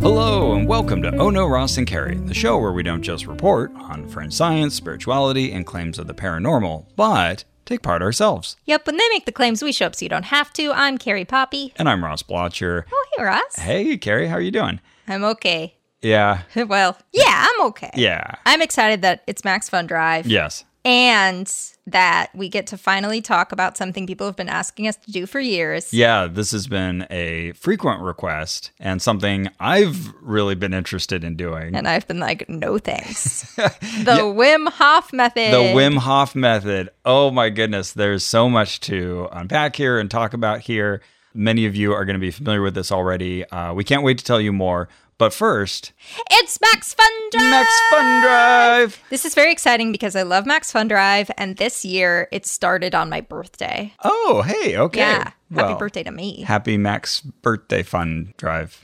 Hello, and welcome to Oh No Ross and Carrie, the show where we don't just report on fringe science, spirituality, and claims of the paranormal, but take part ourselves. Yep, when they make the claims, we show up so you don't have to. I'm Carrie Poppy. And I'm Ross Blotcher. Oh, hey, Ross. Hey, Carrie, how are you doing? I'm okay. Yeah, Well, yeah, I'm okay. yeah, I'm excited that it's Max Fun Drive yes, and that we get to finally talk about something people have been asking us to do for years. yeah. This has been a frequent request and something I've really been interested in doing. And I've been like, no thanks. the Wim Hof method. the Wim Hof method. Oh my goodness, there's so much to unpack here and talk about here. Many of you are going to be familiar with this already. Uh, we can't wait to tell you more. But first, It's Max Fun Drive. Max Fun Drive. This is very exciting because I love Max Fun Drive, and this year it started on my birthday. Oh, hey, okay. Yeah. Happy Well, birthday to me. Happy Max birthday fun drive.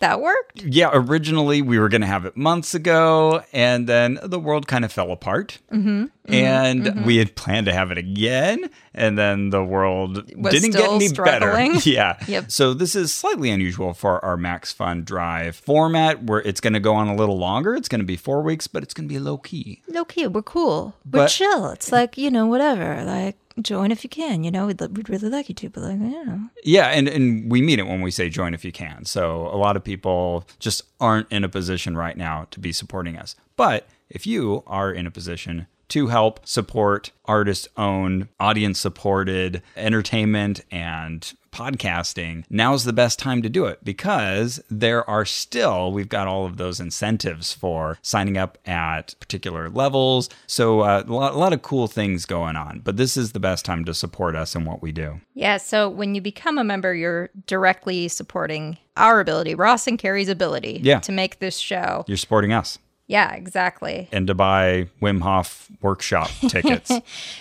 that worked. Yeah, originally we were going to have it months ago, and then the world kind of fell apart. Mm-hmm, and mm-hmm. we had planned to have it again, and then the world Was didn't get still any struggling. better. Yeah. Yep. So this is slightly unusual for our Max Fun Drive format, where it's going to go on a little longer. It's going to be four weeks, but it's going to be low key. Okay, we're cool. We're But- chill. It's like, you know, whatever. Like, join if you can. You know, we'd, we'd really like you to, but like, you know. Yeah, and, and we mean it when we say join if you can. So a lot of people just aren't in a position right now to be supporting us. But if you are in a position to help support artist owned, audience supported entertainment and podcasting, now's the best time to do it because there are still, we've got all of those incentives for signing up at particular levels. So uh, a, lot, a lot of cool things going on, but this is the best time to support us and what we do. Yeah, so when you become a member, you're directly supporting our ability, Ross and Carrie's ability Yeah. to make this show. You're supporting us. Yeah, exactly. and to buy Wim Hof workshop tickets.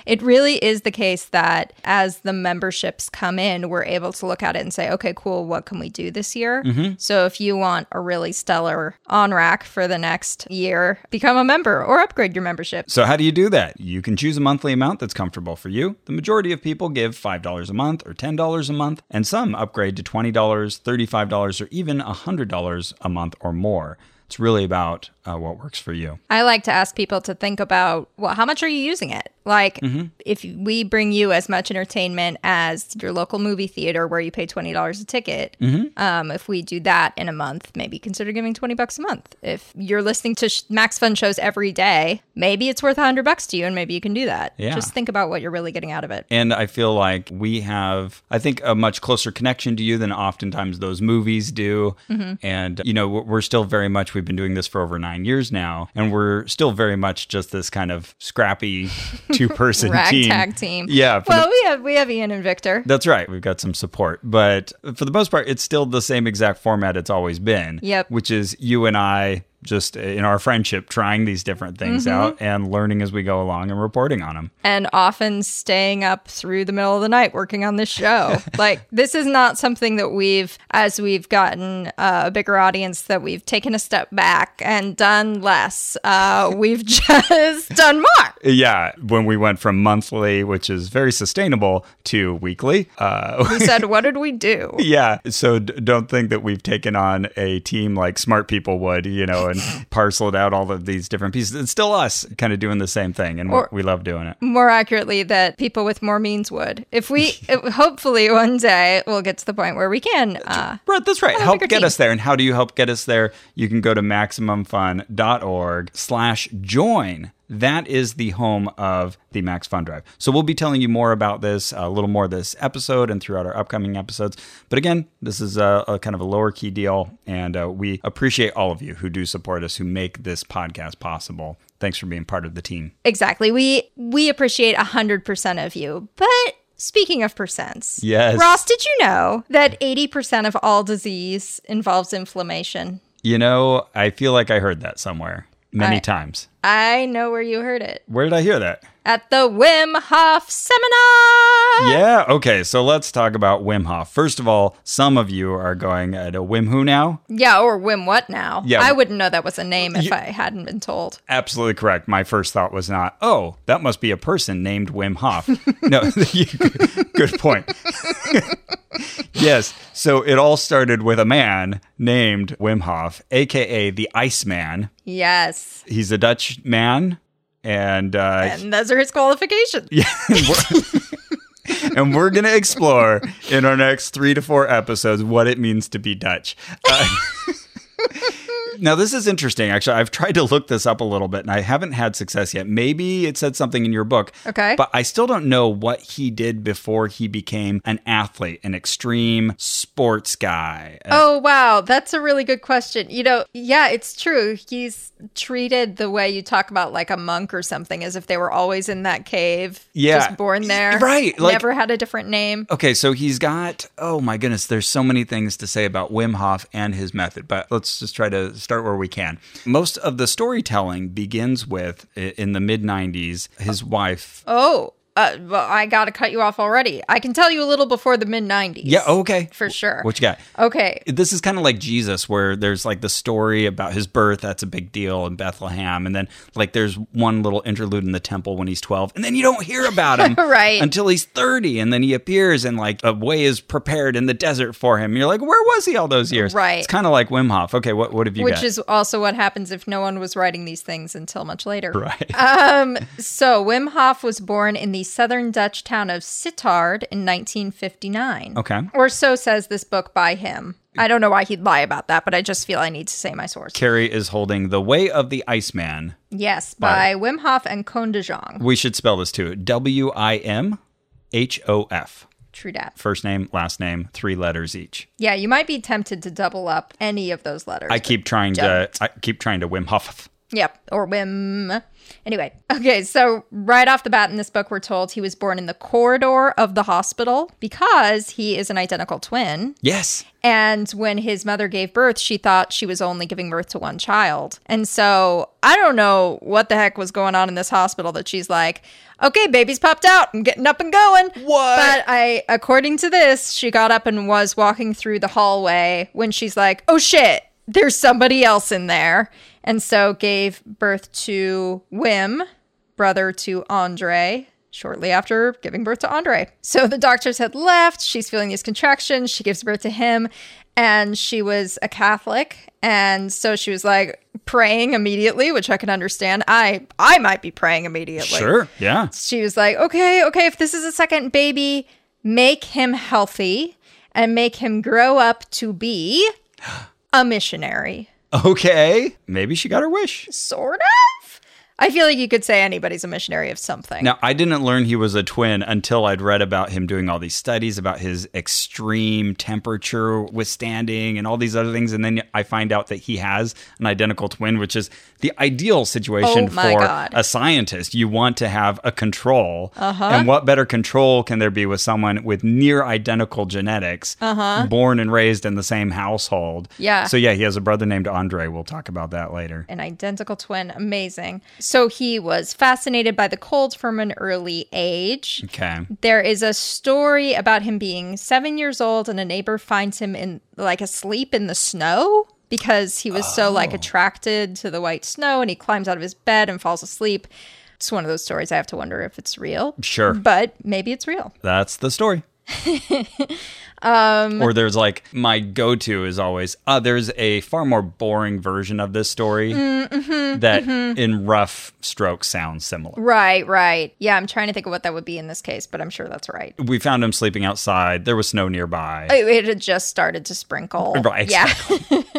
It really is the case that as the memberships come in, we're able to look at it and say, okay, cool, what can we do this year? Mm-hmm. So if you want a really stellar on rack for the next year, become a member or upgrade your membership. so, how do you do that? You can choose a monthly amount that's comfortable for you. The majority of people give $5 a month or $10 a month, and some upgrade to $20, $35, or even $100 a month or more. It's really about uh, what works for you. I like to ask people to think about, well, how much are you using it? Like, Mm-hmm. if we bring you as much entertainment as your local movie theater where you pay $20 a ticket, Mm-hmm. um, if we do that in a month, maybe consider giving 20 bucks a month. If you're listening to sh- Max Fun shows every day, maybe it's worth 100 bucks to you and maybe you can do that. Yeah. Just think about what you're really getting out of it. And I feel like we have, I think, a much closer connection to you than oftentimes those movies do. Mm-hmm. And, you know, we're we're still very much, we've been doing this for over nine years now, and we're still very much just this kind of scrappy two person team. Ragtag team. Yeah. for the- Well, we have we have Ian and Victor. that's right. We've got some support. But for the most part, it's still the same exact format it's always been. Yep. Which is you and I just in our friendship trying these different things Mm-hmm. out and learning as we go along and reporting on them. and often staying up through the middle of the night working on this show. like this is not something that we've, as we've gotten uh, a bigger audience, that we've taken a step back and done less. Uh, we've just done more. Yeah, when we went from monthly, which is very sustainable, to weekly. Uh, We said, what did we do? yeah, so d- don't think that we've taken on a team like smart people would, you know, and parceled out all of these different pieces. It's still us kind of doing the same thing, and Or- we love doing it. More accurately, that people with more means would. If we, if- hopefully, one day we'll get to the point where we can. Uh, Right, that's right. a Help bigger get team. us there. And how do you help get us there? You can go to MaximumFun.org slash join. That is the home of the Max Fun Drive. So we'll be telling you more about this, a little more this episode and throughout our upcoming episodes. But again, this is a, a kind of a lower key deal. And uh, we appreciate all of you who do support us, who make this podcast possible. Thanks for being part of the team. Exactly. We we appreciate hundred percent of you. But speaking of percents, Yes. Ross, did you know that eighty percent of all disease involves inflammation? You know, I feel like I heard that somewhere many I- times. I know where you heard it Where did I hear that? at the Wim Hof seminar. Yeah. Okay. So let's talk about Wim Hof. First of all, some of you are going at a Wim Who now. Yeah, or Wim what now? Yeah. I wouldn't know that was a name if You- I hadn't been told. Absolutely correct. My first thought was not, oh, that must be a person named Wim Hof. no, you- good point. yes. So it all started with a man named Wim Hof, AKA the Iceman. Yes. He's a Dutch man. And, uh, And those are his qualifications. and we're, and we're going to explore in our next three to four episodes what it means to be Dutch. Uh, now, this is interesting. Actually, I've tried to look this up a little bit and I haven't had success yet. Maybe it said something in your book. Okay. But I still don't know what he did before he became an athlete, an extreme sports guy. Uh, Oh, wow. That's a really good question. You know, yeah, it's true. He's treated the way you talk about like a monk or something as if they were always in that cave. Yeah. Just born there. Right, like- never had a different name. Okay, so he's got, oh my goodness, there's so many things to say about Wim Hof and his method, but let's just try to start where we can. Most of the storytelling begins with, i- in the mid 90s, his wife. Oh, uh, well, I got to cut you off already. I can tell you a little before the mid 90s. Yeah, oh, okay. For sure. What you got? Okay. This is kind of like Jesus, where there's like the story about his birth, that's a big deal in Bethlehem. And then, like, there's one little interlude in the temple when he's 12, and then you don't hear about him Right. until he's 30. And then he appears, and like a way is prepared in the desert for him. You're like, where was he all those years? Right. It's kind of like Wim Hof. Okay, what, what have you Which got? is also what happens if no one was writing these things until much later. right. uh, So, Wim Hof was born in the southern Dutch town of Sittard in 1959. Okay. Or so says this book by him. I don't know why he'd lie about that, but I just feel I need to say my source. Carrie is holding The Way of the Iceman. Yes, by Wim Hof and Cohn de Jong. We should spell this too W I M H O F. True dat. First name, last name, three letters each. Yeah, you might be tempted to double up any of those letters. I keep trying to I keep trying to Wim Hof. Yep, or Wim. Anyway, okay, so right off the bat in this book, we're told he was born in the corridor of the hospital because he is an identical twin. Yes. And when his mother gave birth, she thought she was only giving birth to one child. And so I don't know what the heck was going on in this hospital that she's like, okay, baby's popped out. I'm getting up and going. What? But I, according to this, she got up and was walking through the hallway when she's like, oh shit, there's somebody else in there. And so gave birth to Wim, brother to Andre shortly after giving birth to Andre. So the doctors had left. She's feeling these contractions. She gives birth to him. And she was a Catholic. And so she was like praying immediately, which I can understand. I I might be praying immediately. Sure. Yeah. She was like, okay, okay, if this is a second baby, make him healthy and make him grow up to be a missionary. Okay. Maybe she got her wish. Sort of? I feel like you could say anybody's a missionary of something. Now, I didn't learn he was a twin until I'd read about him doing all these studies about his extreme temperature withstanding and all these other things. And then I find out that he has an identical twin, which is the ideal situation Oh my for God. a scientist. You want to have a control. Uh-huh. And what better control can there be with someone with near identical genetics, uh-huh. born and raised in the same household? Yeah. So, yeah, he has a brother named Andre. We'll talk about that later. an identical twin. Amazing. So he was fascinated by the cold from an early age. Okay. There is a story about him being seven years old, and a neighbor finds him in like asleep in the snow because he was so like attracted to the white snow, and he climbs out of his bed and falls asleep. It's one of those stories I have to wonder if it's real. Sure. But maybe it's real. that's the story. um, or there's like my go-to is always uh, there's a far more boring version of this story Mm, mm-hmm, that in rough strokes sounds similar. Right, right. Yeah, I'm trying to think of what that would be in this case, but I'm sure that's right. We found him sleeping outside. There was snow nearby. It, Oh, it had just started to sprinkle. Right. Yeah.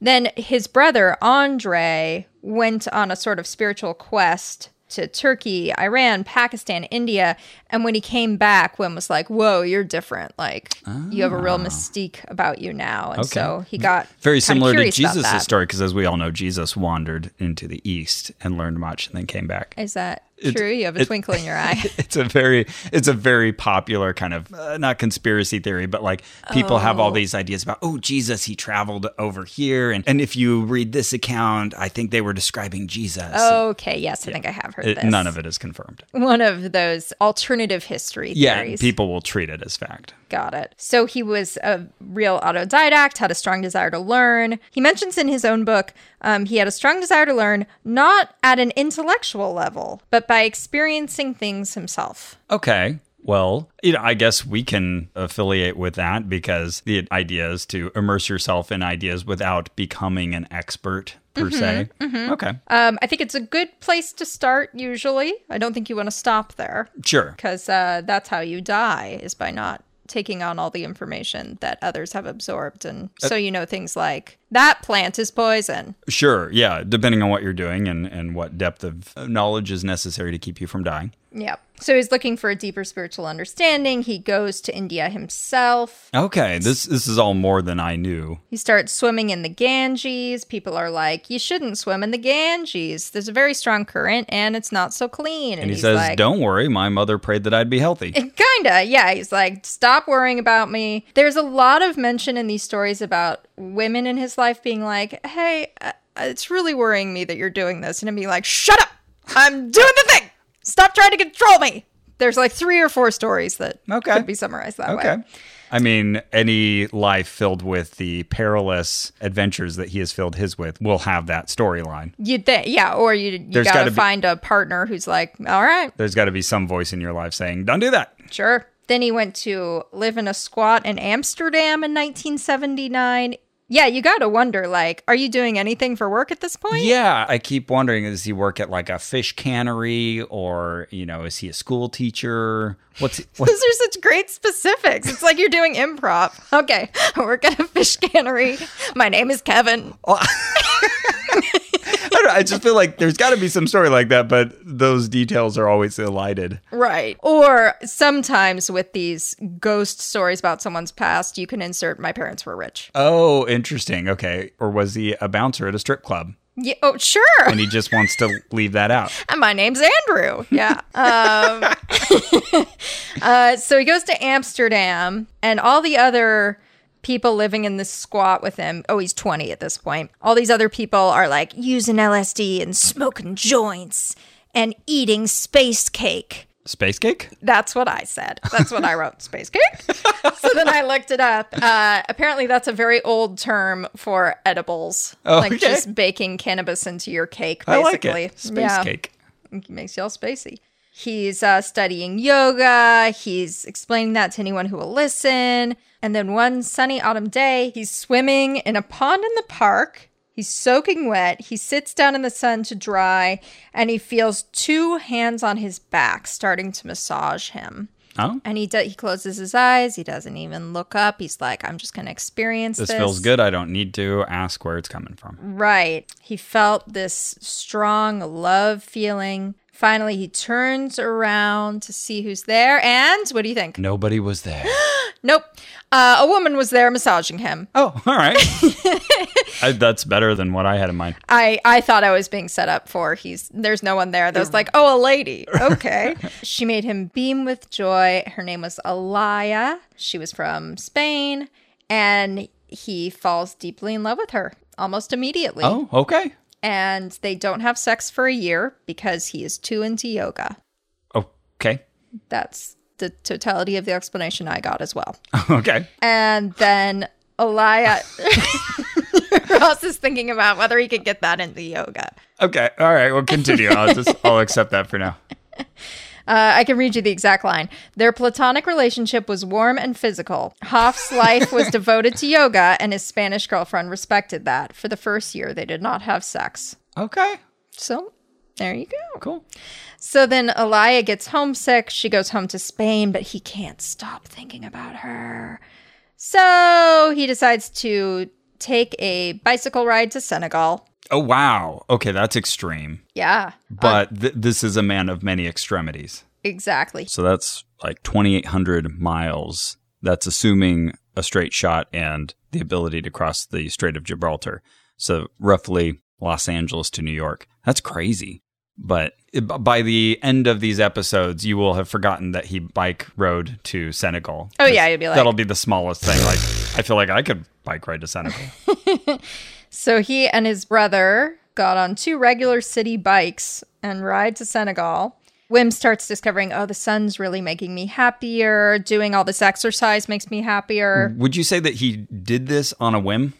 then his brother, Andre, went on a sort of spiritual quest to Turkey, Iran, Pakistan, India. And when he came back, Wim was like, Whoa, you're different. Like, you have a real mystique about you now. And so he got Ah. Very kinda similar to curious about Jesus' that. story because as we all know, Jesus wandered into the east and learned much and then came back. Is that It's- True, you have a it- twinkle in your eye. it's a very it's a very popular kind of uh, not conspiracy theory but like people have all Oh. these ideas about oh jesus he traveled over here and and if you read this account i think they were describing jesus okay, yes, I think I have heard It- Oh, this. none of it is confirmed One of those alternative history yeah theories. people will treat it as fact Got it. So he was a real autodidact, had a strong desire to learn. He mentions in his own book um, he had a strong desire to learn, not at an intellectual level, but by experiencing things himself. Okay. Well, you know, I guess we can affiliate with that because the idea is to immerse yourself in ideas without becoming an expert per se. Okay. Um, I think it's a good place to start, usually. I don't think you want to stop there Sure. because uh, that's how you die, is by not taking on all the information that others have absorbed. And so you know things like that plant is poison. Sure. Yeah. Depending on what you're doing and, and what depth of knowledge is necessary to keep you from dying. Yep. So he's looking for a deeper spiritual understanding. He goes to India himself. Okay. This this is all more than I knew. He starts swimming in the Ganges. People are like, you shouldn't swim in the Ganges. There's a very strong current and it's not so clean. And, And he says, like, Don't worry, my mother prayed that I'd be healthy. Kinda, yeah. He's like, stop worrying about me. There's a lot of mention in these stories about women in his life being like, hey, uh, it's really worrying me that you're doing this. And him being like, shut up. I'm doing the thing. Stop trying to control me. There's like three or four stories that Okay. could be summarized that way. Okay. I mean, any life filled with the perilous adventures that he has filled his with will have that storyline. You'd think, yeah, or you, you There's gotta, gotta be- find a partner who's like, all right, there's got to be some voice in your life saying, "Don't do that." sure. Then he went to live in a squat in Amsterdam in 1979. Yeah, you gotta wonder, like, are you doing anything for work at this point? Yeah, I keep wondering: Does he work at like a fish cannery, or you know, is he a school teacher? What's what's Those are such great specifics. It's like you're doing improv. Okay, I work at a fish cannery. My name is Kevin. I, don't know, I just feel like there's got to be some story like that, but those details are always elided. Right. Or sometimes with these ghost stories about someone's past, you can insert my parents were rich. Oh, interesting. Okay, or was he a bouncer at a strip club Yeah, oh, sure. and he just wants to leave that out? and my name's Andrew. Yeah. Um, uh, so he goes to Amsterdam, and all the other people living in this squat with him. Oh, he's 20 at this point. All these other people are like using LSD and smoking joints and eating space cake. Space cake? That's what I said. That's what I wrote, space cake. so then I looked it up. Uh, apparently, that's a very old term for edibles, like Oh, Okay. just baking cannabis into your cake, I basically. like it. Space Yeah cake. makes you all spacey. He's uh, studying yoga. He's explaining that to anyone who will listen. And then one sunny autumn day, he's swimming in a pond in the park. He's soaking wet. He sits down in the sun to dry and he feels two hands on his back starting to massage him. Oh, And he, do- he closes his eyes. He doesn't even look up. He's like, I'm just going to experience this. Mm. this feels good. I don't need to ask where it's coming from. Right. He felt this strong love feeling. Finally, he turns around to see who's there. And what do you think? Nobody was there. Nope. Uh, a woman was there massaging him. Oh, all right. I, that's better than what I had in mind. I, I thought I was being set up for he's there's no one there. That was like, oh, a lady. Okay. she made him beam with joy. Her name was Alaya. She was from Spain. And he falls deeply in love with her almost immediately. Oh, okay. And they don't have sex for a year because he is too into yoga. Okay. That's the totality of the explanation I got as well. Okay. And then Elia Ross is thinking about whether he could get that into yoga. Okay. All right. We'll continue. I'll just I'll accept that for now. Uh, I can read you the exact line. Their platonic relationship was warm and physical. Hoff's life was devoted to yoga, and his Spanish girlfriend respected that. For the first year, they did not have sex. Okay. So there you go. Cool. So then Elia gets homesick. She goes home to Spain, but he can't stop thinking about her. So he decides to take a bicycle ride to Senegal. Oh wow. Okay, that's extreme. Yeah, uh, But th- this is a man of many extremities. exactly. So that's like 2800 miles. That's assuming a straight shot and the ability to cross the Strait of Gibraltar. So roughly Los Angeles to New York. That's crazy. But by the end of these episodes, you will have forgotten that he bike rode to Senegal. Oh, yeah, you'd be like- that'll be the smallest thing. Like I feel like I could bike ride to Senegal. So he and his brother got on two regular city bikes and ride to Senegal. Wim starts discovering, oh, the sun's really making me happier. Doing all this exercise makes me happier. Would you say that he did this on a whim?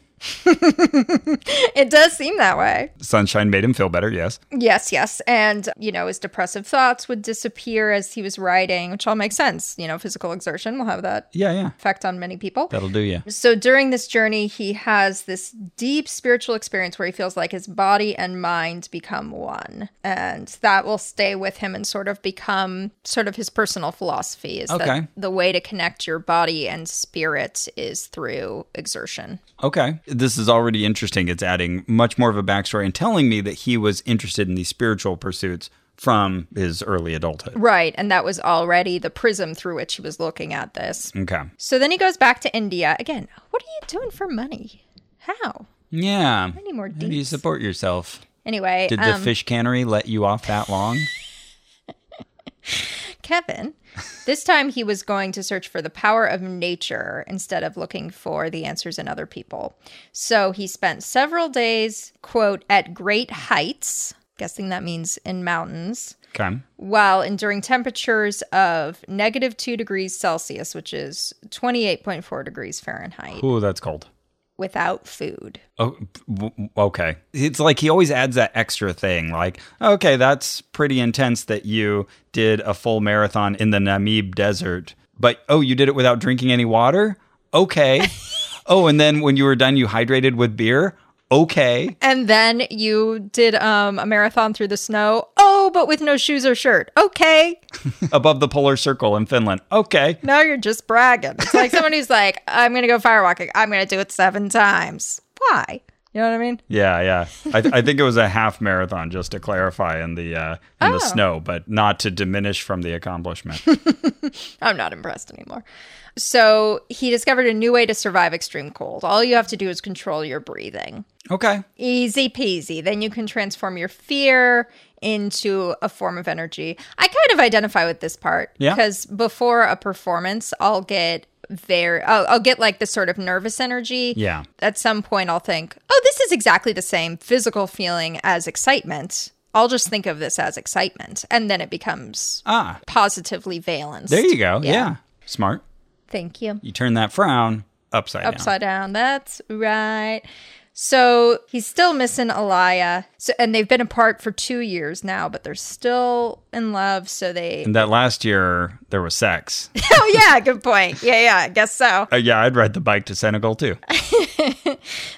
It does seem that way. Sunshine made him feel better. Yes. Yes, yes. And, you know, his depressive thoughts would disappear as he was riding, which all makes sense. You know, physical exertion will have that Yeah, yeah. effect on many people. That'll do you. So during this journey, he has this deep spiritual experience where he feels like his body and mind become one. And that will stay with him and sort of become sort of his personal philosophy is Okay. that the way to connect your body and spirit is through exertion. Okay. This is already interesting. It's adding much more of a backstory and telling me that he was interested in these spiritual pursuits from his early adulthood. Right. And that was already the prism through which he was looking at this. Okay. So then he goes back to India. Again, what are you doing for money? How? Yeah. Any more How do you deets? support yourself? Anyway, Did the um, fish cannery let you off that long? Kevin. This time he was going to search for the power of nature instead of looking for the answers in other people. So he spent several days, quote, at great heights, guessing that means in mountains, Okay. while enduring temperatures of negative two degrees Celsius, which is 28.4 degrees Fahrenheit, Ooh, that's cold. without food. Oh, w- w- okay. It's like he always adds that extra thing. Like, okay, that's pretty intense that you did a full marathon in the Namib desert, but oh, you did it without drinking any water? Okay. oh, and then when you were done, you hydrated with beer? Okay. And then you did um, a marathon through the snow. Oh, but with no shoes or shirt. Okay. Above the polar circle in Finland? Okay. Now you're just bragging. It's like someone who's like, I'm going to go firewalking. I'm going to do it seven times. Why? You know what I mean? Yeah, yeah. I, th- I think it was a half marathon, just to clarify, in the uh, in the snow, but not to diminish from the accomplishment. I'm not impressed anymore. So he discovered a new way to survive extreme cold. All you have to do is control your breathing. okay. Easy peasy. Then you can transform your fear into a form of energy. I kind of identify with this part Yeah. because before a performance, I'll get very, I'll, I'll get like this sort of nervous energy. Yeah. at some point I'll think, oh, this is exactly the same physical feeling as excitement. I'll just think of this as excitement. And then it becomes Ah, positively valenced. there you go. yeah. Smart. Thank you. You turn that frown upside, down. Upside down. That's right. So he's still missing Alaya. So and they've been apart for two years now, but they're still in love. So they And that last year there was sex. Oh yeah, good point. Yeah, yeah, I guess so. Uh, yeah, I'd ride the bike to Senegal too.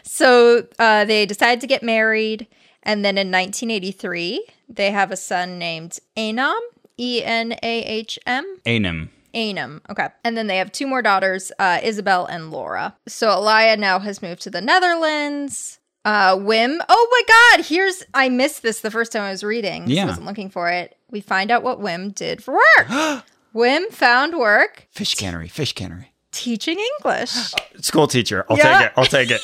So uh, they decide to get married. And then in 1983, they have a son named Anam, E N A H M. Anim. Anam. Okay. And then they have two more daughters, uh, Isabel and Laura. So Elia now has moved to the Netherlands. Uh, Wim. Oh my God. Here's, I missed this the first time I was reading. Yeah. I wasn't looking for it. We find out what Wim did for work. Wim found work Fish cannery, fish cannery. teaching English. School teacher. I'll Yeah. take it. I'll take it.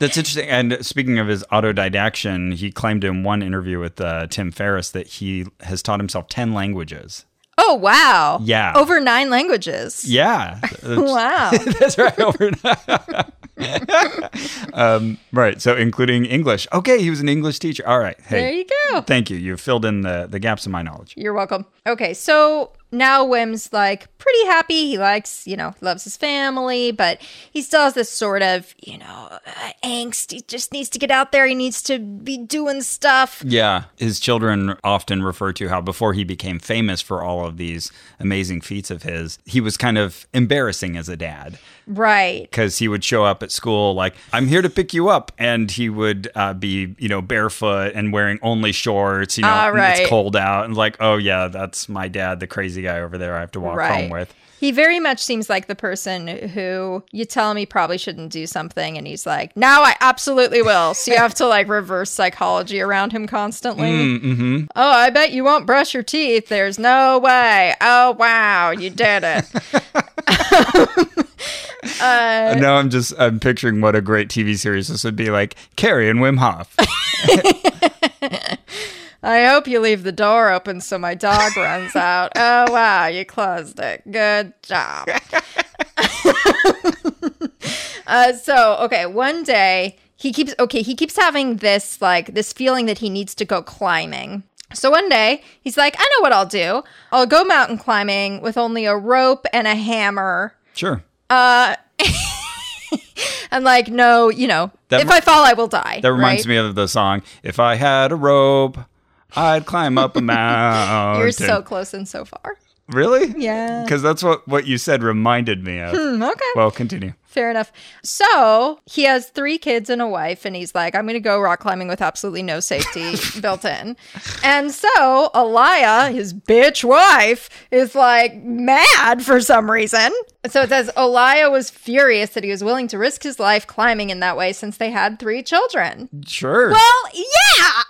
That's interesting. And speaking of his autodidaction, he claimed in one interview with uh, Tim Ferriss that he has taught himself 10 languages. Oh, wow. Yeah. Over nine languages. Yeah. Wow. That's right. Over. um, right. So including English. Okay. He was an English teacher. All right. Hey. There you go. Thank you. You filled in the, the gaps in my knowledge. You're welcome. Okay, so now Wim's like pretty happy. He likes, you know, loves his family, but he still has this sort of, you know, uh, angst. He just needs to get out there. He needs to be doing stuff. Yeah. His children often refer to how before he became famous for all of these amazing feats of his, he was kind of embarrassing as a dad Right. because he would show up at school like, I'm here to pick you up. And he would uh, be, you know, barefoot and wearing only shorts, you know, Ah, and right. it's cold out. And like, oh, yeah, that's my dad, the crazy guy over there I have to walk home Right. with. He very much seems like the person who you tell him he probably shouldn't do something, and he's like, now I absolutely will. So you have to like reverse psychology around him constantly. Oh, I bet you won't brush your teeth. There's no way. Oh, wow, you did it. Uh, And now I'm just, I'm picturing what a great TV series this would be like Carrie and Wim Hof. I hope you leave the door open so my dog runs out. Oh, wow, you closed it. Good job. uh, so, okay, one day he keeps, okay, he keeps having this, like, this feeling that he needs to go climbing. So one day he's like, I know what I'll do. I'll go mountain climbing with only a rope and a hammer. Sure. I'm like, no, you know, That if re- I fall, I will die. That reminds right? me of the song If I Had a Rope, I'd Climb Up a Mountain. You're so close and so far. Really? Yeah. Hmm. Because that's what, what you said reminded me of. Okay. Well, continue. Fair enough. So he has three kids and a wife, and he's like, I'm going to go rock climbing with absolutely no safety built in. And so Elia, his bitch wife, is like mad for some reason. So it says Elia was furious that he was willing to risk his life climbing in that way since they had three children. Sure. Well, yeah.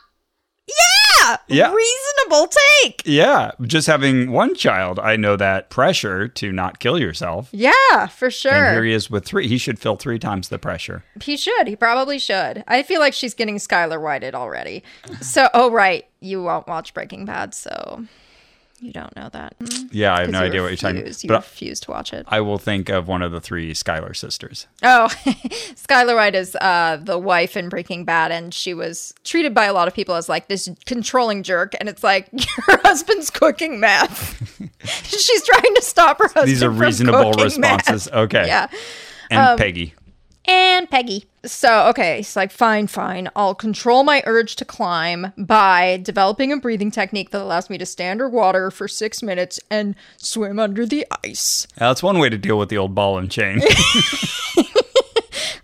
Yeah. Yeah. Reasonable take. Yeah, just having one child, I know that pressure to not kill yourself. Yeah, for sure. And here he is with three. He should feel three times the pressure. He should. He probably should. I feel like she's getting Skylar whited already. So, oh right, you won't watch Breaking Bad, so you don't know that. Mm-hmm. Yeah, I have no idea what you're talking about. You But refuse to watch it. I will think of one of the three Skylar sisters. Oh, Skylar White is uh, the wife in Breaking Bad, and she was treated by a lot of people as like this controlling jerk. And it's like her husband's cooking meth. she's trying to stop her husband. These are from reasonable cooking meth. responses. Okay. Yeah. um, And Peggy. and Peggy. So, okay, he's like, fine, fine. I'll control my urge to climb by developing a breathing technique that allows me to stand underwater for six minutes and swim under the ice. That's one way to deal with the old ball and chain.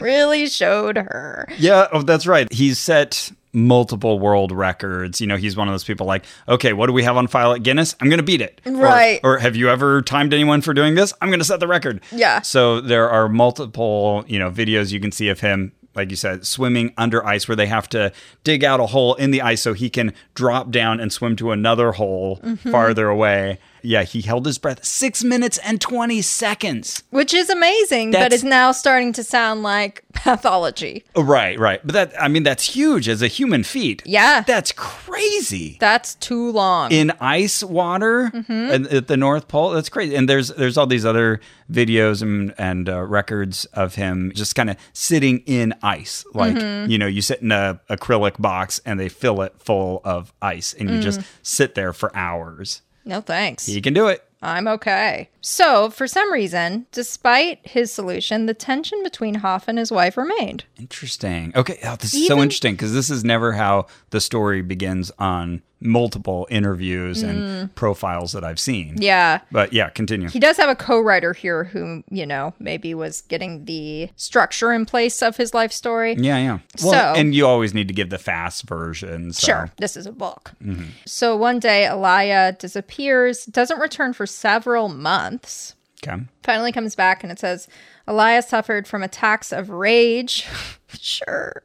Really showed her. yeah, oh, that's right. He's set multiple world records. You know, he's one of those people like, okay, what do we have on file at Guinness? I'm going to beat it. Or- Right. Or, have you ever timed anyone for doing this? I'm going to set the record. Yeah. So there are multiple, you know, videos you can see of him. Like you said, swimming under ice where they have to dig out a hole in the ice so he can drop down and swim to another hole Mm-hmm. farther away. Yeah, he held his breath six minutes and 20 seconds. Which is amazing, but That's- is now starting to sound like pathology. Right, right. But that, I mean, that's huge as a human feat. Yeah. That's crazy. That's too long. in ice water and at the North Pole. That's crazy. And there's there's all these other videos and and uh, records of him just kind of sitting in ice, like you know, you sit in a acrylic box and they fill it full of ice, and you just sit there for hours. no thanks. You can do it. I'm okay. So, for some reason, despite his solution, the tension between Hoff and his wife remained. Interesting. Okay, oh, this is so Even- interesting because this is never how the story begins on multiple interviews and profiles that I've seen. Mm. Yeah. But yeah, continue. He does have a co-writer here who, you know, maybe was getting the structure in place of his life story. Yeah, yeah. So- and you always need to give the fast version. So. Sure, this is a book. Mm-hmm. So one day, Elia disappears, doesn't return for several months. Okay. Finally comes back and it says, Elia suffered from attacks of rage. sure.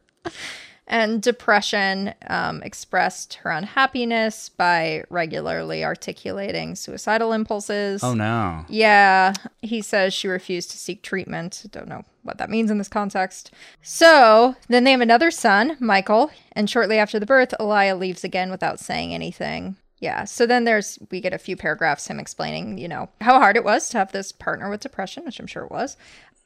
And depression um, expressed her unhappiness by regularly articulating suicidal impulses. Oh no. Yeah, he says she refused to seek treatment. Don't know what that means in this context. So then they have another son, Michael, and shortly after the birth, Elia leaves again without saying anything. Yeah, so then there's, we get a few paragraphs him explaining, you know, how hard it was to have this partner with depression, which I'm sure it was.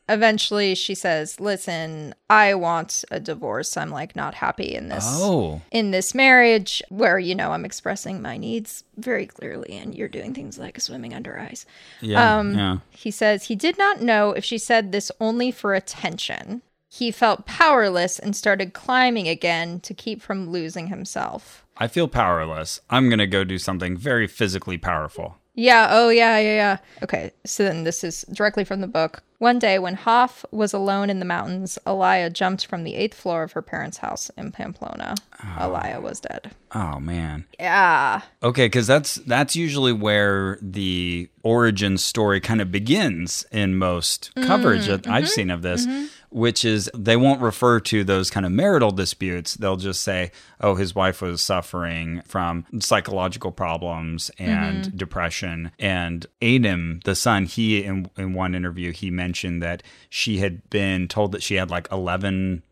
Eventually she says, Listen, I want a divorce. I'm like not happy in this Oh. in this marriage where you know I'm expressing my needs very clearly and you're doing things like swimming under ice. Yeah. Um, yeah. He says he did not know if she said this only for attention. He felt powerless and started climbing again to keep from losing himself. I feel powerless. I'm gonna go do something very physically powerful. Yeah, oh, yeah, yeah, yeah. Okay, so then this is directly from the book. One day, when Hoff was alone in the mountains, Elia jumped from the eighth floor of her parents' house in Pamplona. Ah. Elia was dead. Oh man. Yeah. Okay, because that's that's usually where the origin story kind of begins in most Mm, coverage that I've mm-hmm, seen of this, which is they won't refer to those kind of marital disputes. They'll just say, "Oh, his wife was suffering from psychological problems and Mm-hmm. depression." And Adam, the son, he in in one interview he mentioned that she had been told that she had like eleven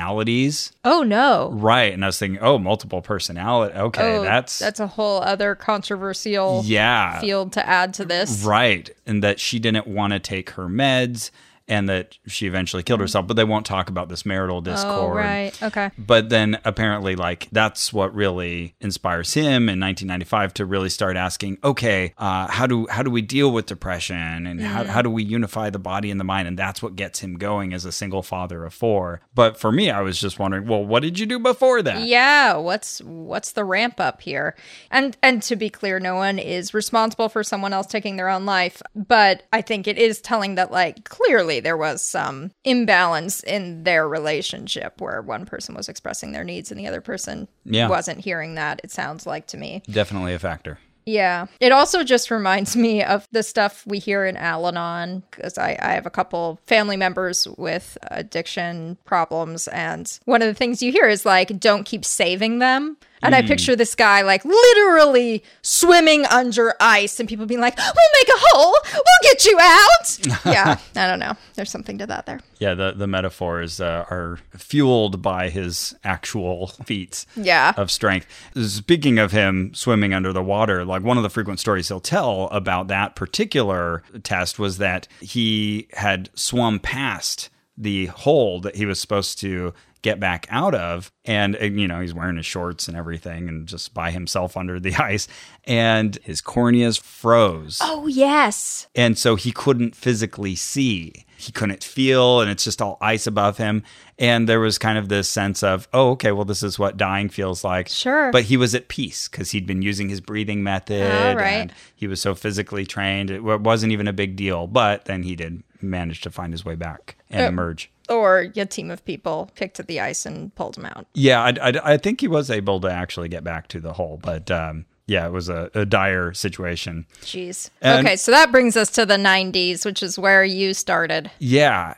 personalities. Oh no. Right. And I was thinking, oh, multiple personality. Okay, oh, that's that's a whole other controversial yeah. field to add to this. Right. And that she didn't want to take her meds and that she eventually killed herself, but they won't talk about this marital discord. Oh right. Okay. But then apparently, like, that's what really inspires him in 1995 to really start asking, okay, uh, how do how do we deal with depression and how, how do we unify the body and the mind? And that's what gets him going as a single father of four. But for me, I was just wondering, well, what did you do before that? Yeah, what's what's the ramp up here? And and to be clear, no one is responsible for someone else taking their own life, but I think it is telling that like clearly there was some imbalance in their relationship where one person was expressing their needs and the other person Yeah. wasn't hearing that. It sounds like to me. Definitely a factor. Yeah. It also just reminds me of the stuff we hear in Al Anon, because I, I have a couple family members with addiction problems. And one of the things you hear is like, don't keep saving them. And I picture this guy like literally swimming under ice and people being like, we'll make a hole, we'll get you out. yeah. I don't know. There's something to that there. Yeah, the, the metaphors uh, are fueled by his actual feats Yeah. of strength. Speaking of him swimming under the water, like one of the frequent stories he'll tell about that particular test was that he had swum past the hole that he was supposed to get back out of and uh, you know he's wearing his shorts and everything and just by himself under the ice and his corneas froze Oh, yes. and so he couldn't physically see. He couldn't feel, and it's just all ice above him. And there was kind of this sense of, oh, okay, well, this is what dying feels like. Sure. But he was at peace because he'd been using his breathing method. All right. And he was so physically trained. It wa- wasn't even a big deal. But then he did manage to find his way back Uh, and emerge. Or a team of people picked at the ice and pulled him out. Yeah, I, I, I think he was able to actually get back to the hole. But um, yeah, it was a, a dire situation. Jeez. And- okay, so that brings us to the 90s, which is where you started. Yeah.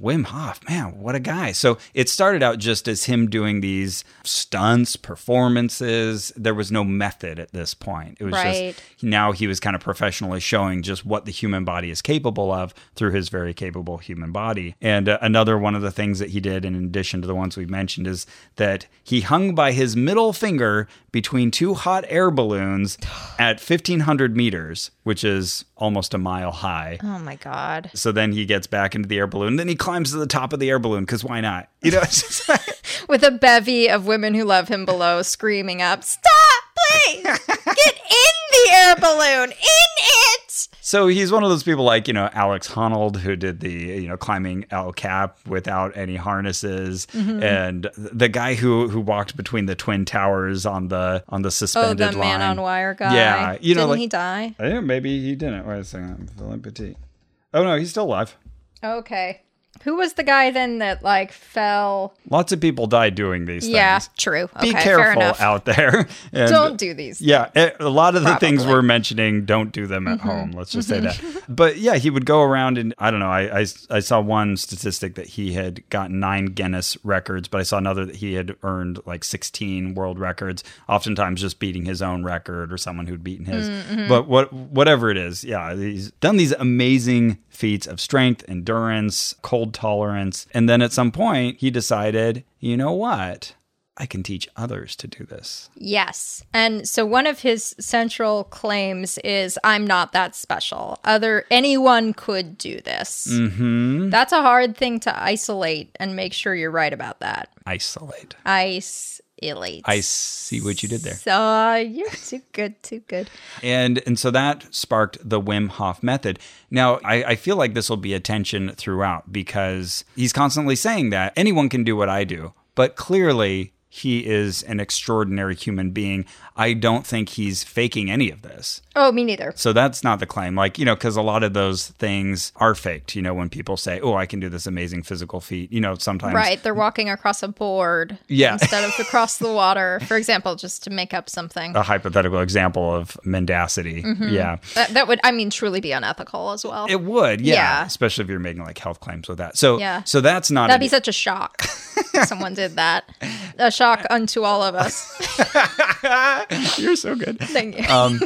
Wim Hof, man, what a guy. So it started out just as him doing these stunts, performances. There was no method at this point. It was Right. just now he was kind of professionally showing just what the human body is capable of through his very capable human body. And uh, another one of the things that he did, in addition to the ones we've mentioned, is that he hung by his middle finger between two hot air balloons at 1,500 meters, which is almost a mile high. Oh my God. So then he gets back into the air balloon. Then he climbs to the top of the air balloon because why not? You know, it's just like- With a bevy of women who love him below screaming up, Stop, please! Get in the air balloon! In it! so he's one of those people like you know Alex Honnold who did the you know climbing El Cap without any harnesses, Mm-hmm. and th- the guy who who walked between the twin towers on the on the Oh, suspended the line. man on wire guy. Yeah, you know, Didn't like- he die? I think maybe he didn't. Wait a second, Philippe Petit. Oh no, he's still alive. Okay. Who was the guy then that like fell? Lots of people die doing these Yeah, things. true. Okay, Be fair careful enough. out there. And- Don't do these. Yeah, eh, a a lot of the things Probably. we're mentioning, don't do them at home. Let's just say that. But yeah, he would go around and I don't know. I, I I saw one statistic that he had gotten nine Guinness records, but I saw another that he had earned like sixteen world records. Oftentimes, just beating his own record or someone who'd beaten his. But what whatever it is, yeah, he's done these amazing feats of strength, endurance, cold tolerance, and then at some point he decided, you know what, I can teach others to do this. Yes. And so one of his central claims is I'm not that special. Other anyone could do this. Mm-hmm. That's a hard thing to isolate and make sure you're right about that. Isolate. Isolate. I see what you did there. So you're too good, too good. And and so that sparked the Wim Hof method. Now I, I feel like this will be a tension throughout because he's constantly saying that anyone can do what I do, but clearly he is an extraordinary human being. I don't think he's faking any of this. Oh, me neither. So that's not the claim. Like, you know, because a lot of those things are faked. You know, when people say, oh, I can do this amazing physical feat, you know, sometimes. Right. They're walking across a board Yeah. instead of across the water, for example, just to make up something. A hypothetical example of mendacity. Yeah. that, that would, I mean, truly be unethical as well. It would, yeah. Yeah. Especially if you're making like health claims with that. So, Yeah. so that's not. That'd an- be such a shock. if Someone did that. A shock unto all of us. you're so good. Thank you. Um,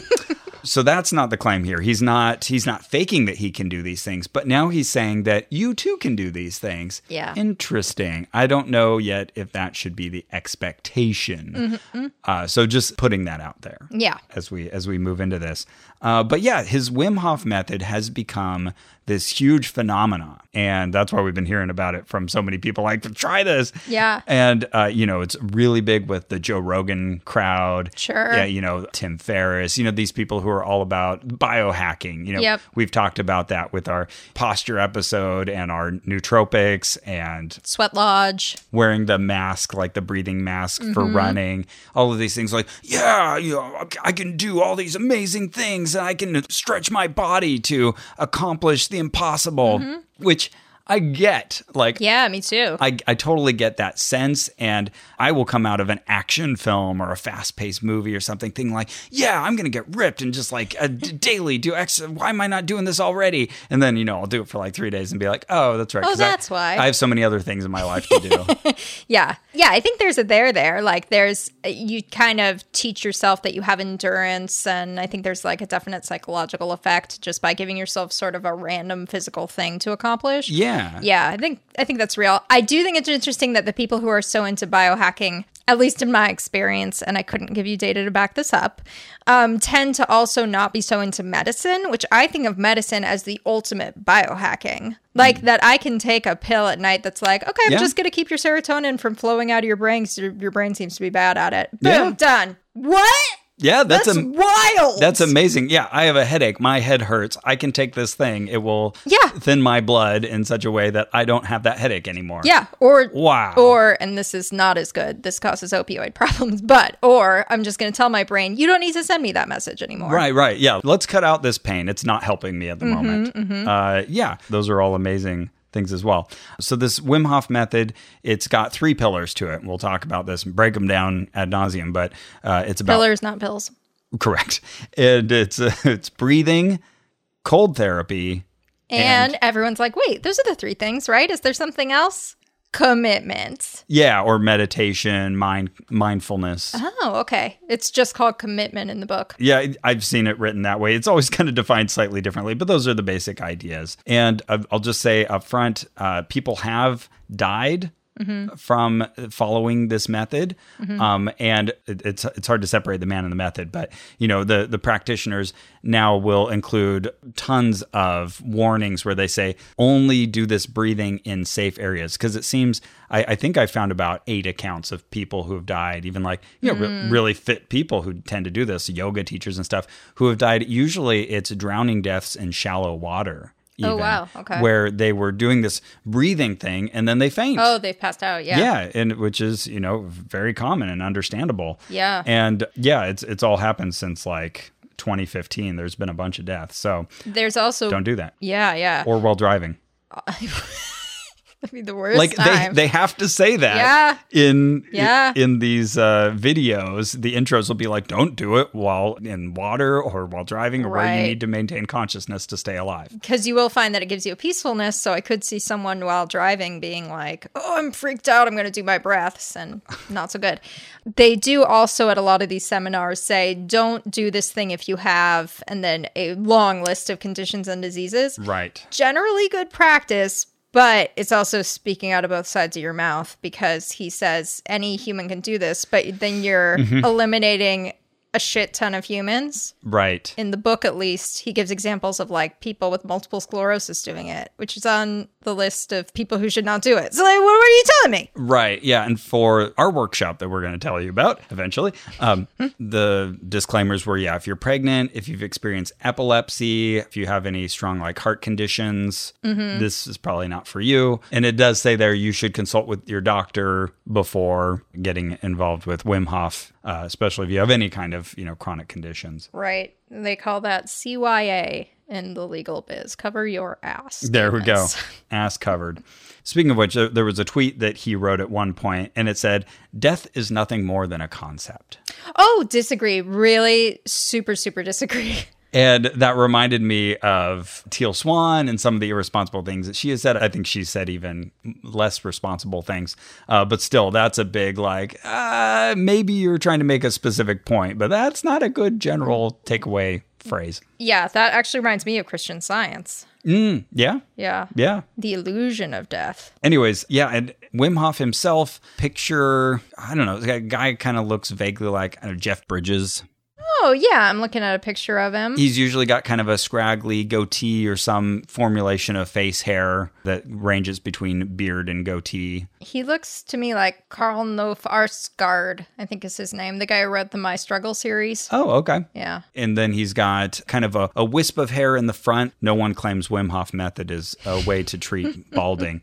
So that's not the claim here. He's not he's not faking that he can do these things, but now he's saying that you too can do these things. Yeah. Interesting. I don't know yet if that should be the expectation. Uh, so just putting that out there Mm-hmm. Yeah. as we as we move into this. Uh, but yeah, his Wim Hof method has become this huge phenomenon, and that's why we've been hearing about it from so many people. Like, try this, Yeah. And uh, you know, it's really big with the Joe Rogan crowd, Sure. Yeah, you know, Tim Ferriss, you know, these people who are all about biohacking. You know, Yep. we've talked about that with our posture episode and our nootropics and Sweat lodge. wearing the mask, like the breathing mask for running, all of these things. Like, yeah, you know, I can do all these amazing things, and I can stretch my body to accomplish the impossible, which I get. Like, Yeah, me too. I, I totally get that sense. And I will come out of an action film or a fast paced movie or something, thinking like, yeah, I'm going to get ripped and just like uh, d- daily do X. Why am I not doing this already? And then, you know, I'll do it for like three days and be like, oh, that's right. Oh, 'cause I- that's why. I have so many other things in my life to do. Yeah. Yeah. I think there's a there there. Like there's, you kind of teach yourself that you have endurance. And I think there's like a definite psychological effect just by giving yourself sort of a random physical thing to accomplish. yeah. Yeah. I think, I think that's real. I do think it's interesting that the people who are so into biohacking, at least in my experience, and I couldn't give you data to back this up, um, tend to also not be so into medicine, which I think of medicine as the ultimate biohacking. Like that, I can take a pill at night that's like, okay, I'm Hmm. Yeah. just going to keep your serotonin from flowing out of your brain. 'cause Your, your brain seems to be bad at it. Boom, Yeah. done. What? Yeah. That's, That's a. wild. That's amazing. Yeah, I have a headache. My head hurts. I can take this thing. It will Yeah. thin my blood in such a way that I don't have that headache anymore. Yeah, or Wow. or and this is not as good. This causes opioid problems, but or I'm just going to tell my brain you don't need to send me that message anymore. Right, right. Yeah. Let's cut out this pain. It's not helping me at the moment. Uh, yeah. Those are all amazing things as well. So this Wim Hof method, it's got three pillars to it. We'll talk about this and break them down ad nauseum, but uh, it's about Pillars, not pills. correct. And it's uh, it's breathing, cold therapy. And, everyone's like, wait, those are the three things, right? Is there something else? Commitment. Yeah, or meditation, mind mindfulness. Oh, okay. It's just called commitment in the book. Yeah, I- I've seen it written that way. It's always kind of defined slightly differently, but those are the basic ideas. And I- I'll just say up front uh, people have died. From following this method, um, and it, it's it's hard to separate the man and the method, but you know the the practitioners now will include tons of warnings where they say only do this breathing in safe areas because it seems I, I think I found about eight accounts of people who have died, even like you know re- Mm. really fit people who tend to do this, yoga teachers and stuff who have died. Usually, it's drowning deaths in shallow water. Oh, even, wow. Okay. Where they were doing this breathing thing and then they faint. Oh, they've passed out. Yeah. Yeah, and which is you know very common and understandable. Yeah. and yeah, it's it's all happened since like 2015. There's been a bunch of deaths, so There's also. don't do that yeah, yeah. or while driving. That'd be the worst Like they, time. they have to say that Yeah. in Yeah. in these uh, videos. The intros will be like, "Don't do it while in water or while driving or where Right. you need to maintain consciousness to stay alive." because you will find that it gives you a peacefulness. So I could see someone while driving being like, "Oh, I'm freaked out. I'm going to do my breaths," and not so good. They do also at a lot of these seminars say, "Don't do this thing if you have," and then a long list of conditions and diseases. Right. Generally, good practice. But it's also speaking out of both sides of your mouth because he says any human can do this, but then you're eliminating a shit ton of humans Right. in the book at least he gives examples of like people with multiple sclerosis doing it which is on the list of people who should not do it so like what are you telling me Right. Yeah. And for our workshop that we're going to tell you about eventually, um, the disclaimers were yeah, if you're pregnant, if you've experienced epilepsy, if you have any strong like heart conditions, this is probably not for you. And it does say there you should consult with your doctor before getting involved with Wim Hof, uh, especially if you have any kind of, you know, chronic conditions. right they call that cya in the legal biz cover your ass There we go. statements. Ass covered. Speaking of which, there there was a tweet that he wrote at one point, and it said, Death is nothing more than a concept. oh disagree really super super disagree And that reminded me of Teal Swan and some of the irresponsible things that she has said. I think she said even less responsible things, uh, but still, that's a big like. Uh, maybe you're trying to make a specific point, but that's not a good general takeaway phrase. Yeah, that actually reminds me of Christian Science. Yeah. Yeah. Yeah. The illusion of death. Anyways, yeah, and Wim Hof himself, picture, I don't know, the guy kind of looks vaguely like I don't know, Jeff Bridges. Oh, yeah, I'm looking at a picture of him. He's usually got kind of a scraggly goatee or some formulation of face hair that ranges between beard and goatee. He looks to me like Carl Nof Arsgaard, I think is his name, the guy who wrote the My Struggle series. Oh, okay. Yeah. And then he's got kind of a, a wisp of hair in the front. No one claims Wim Hof method is a way to treat balding.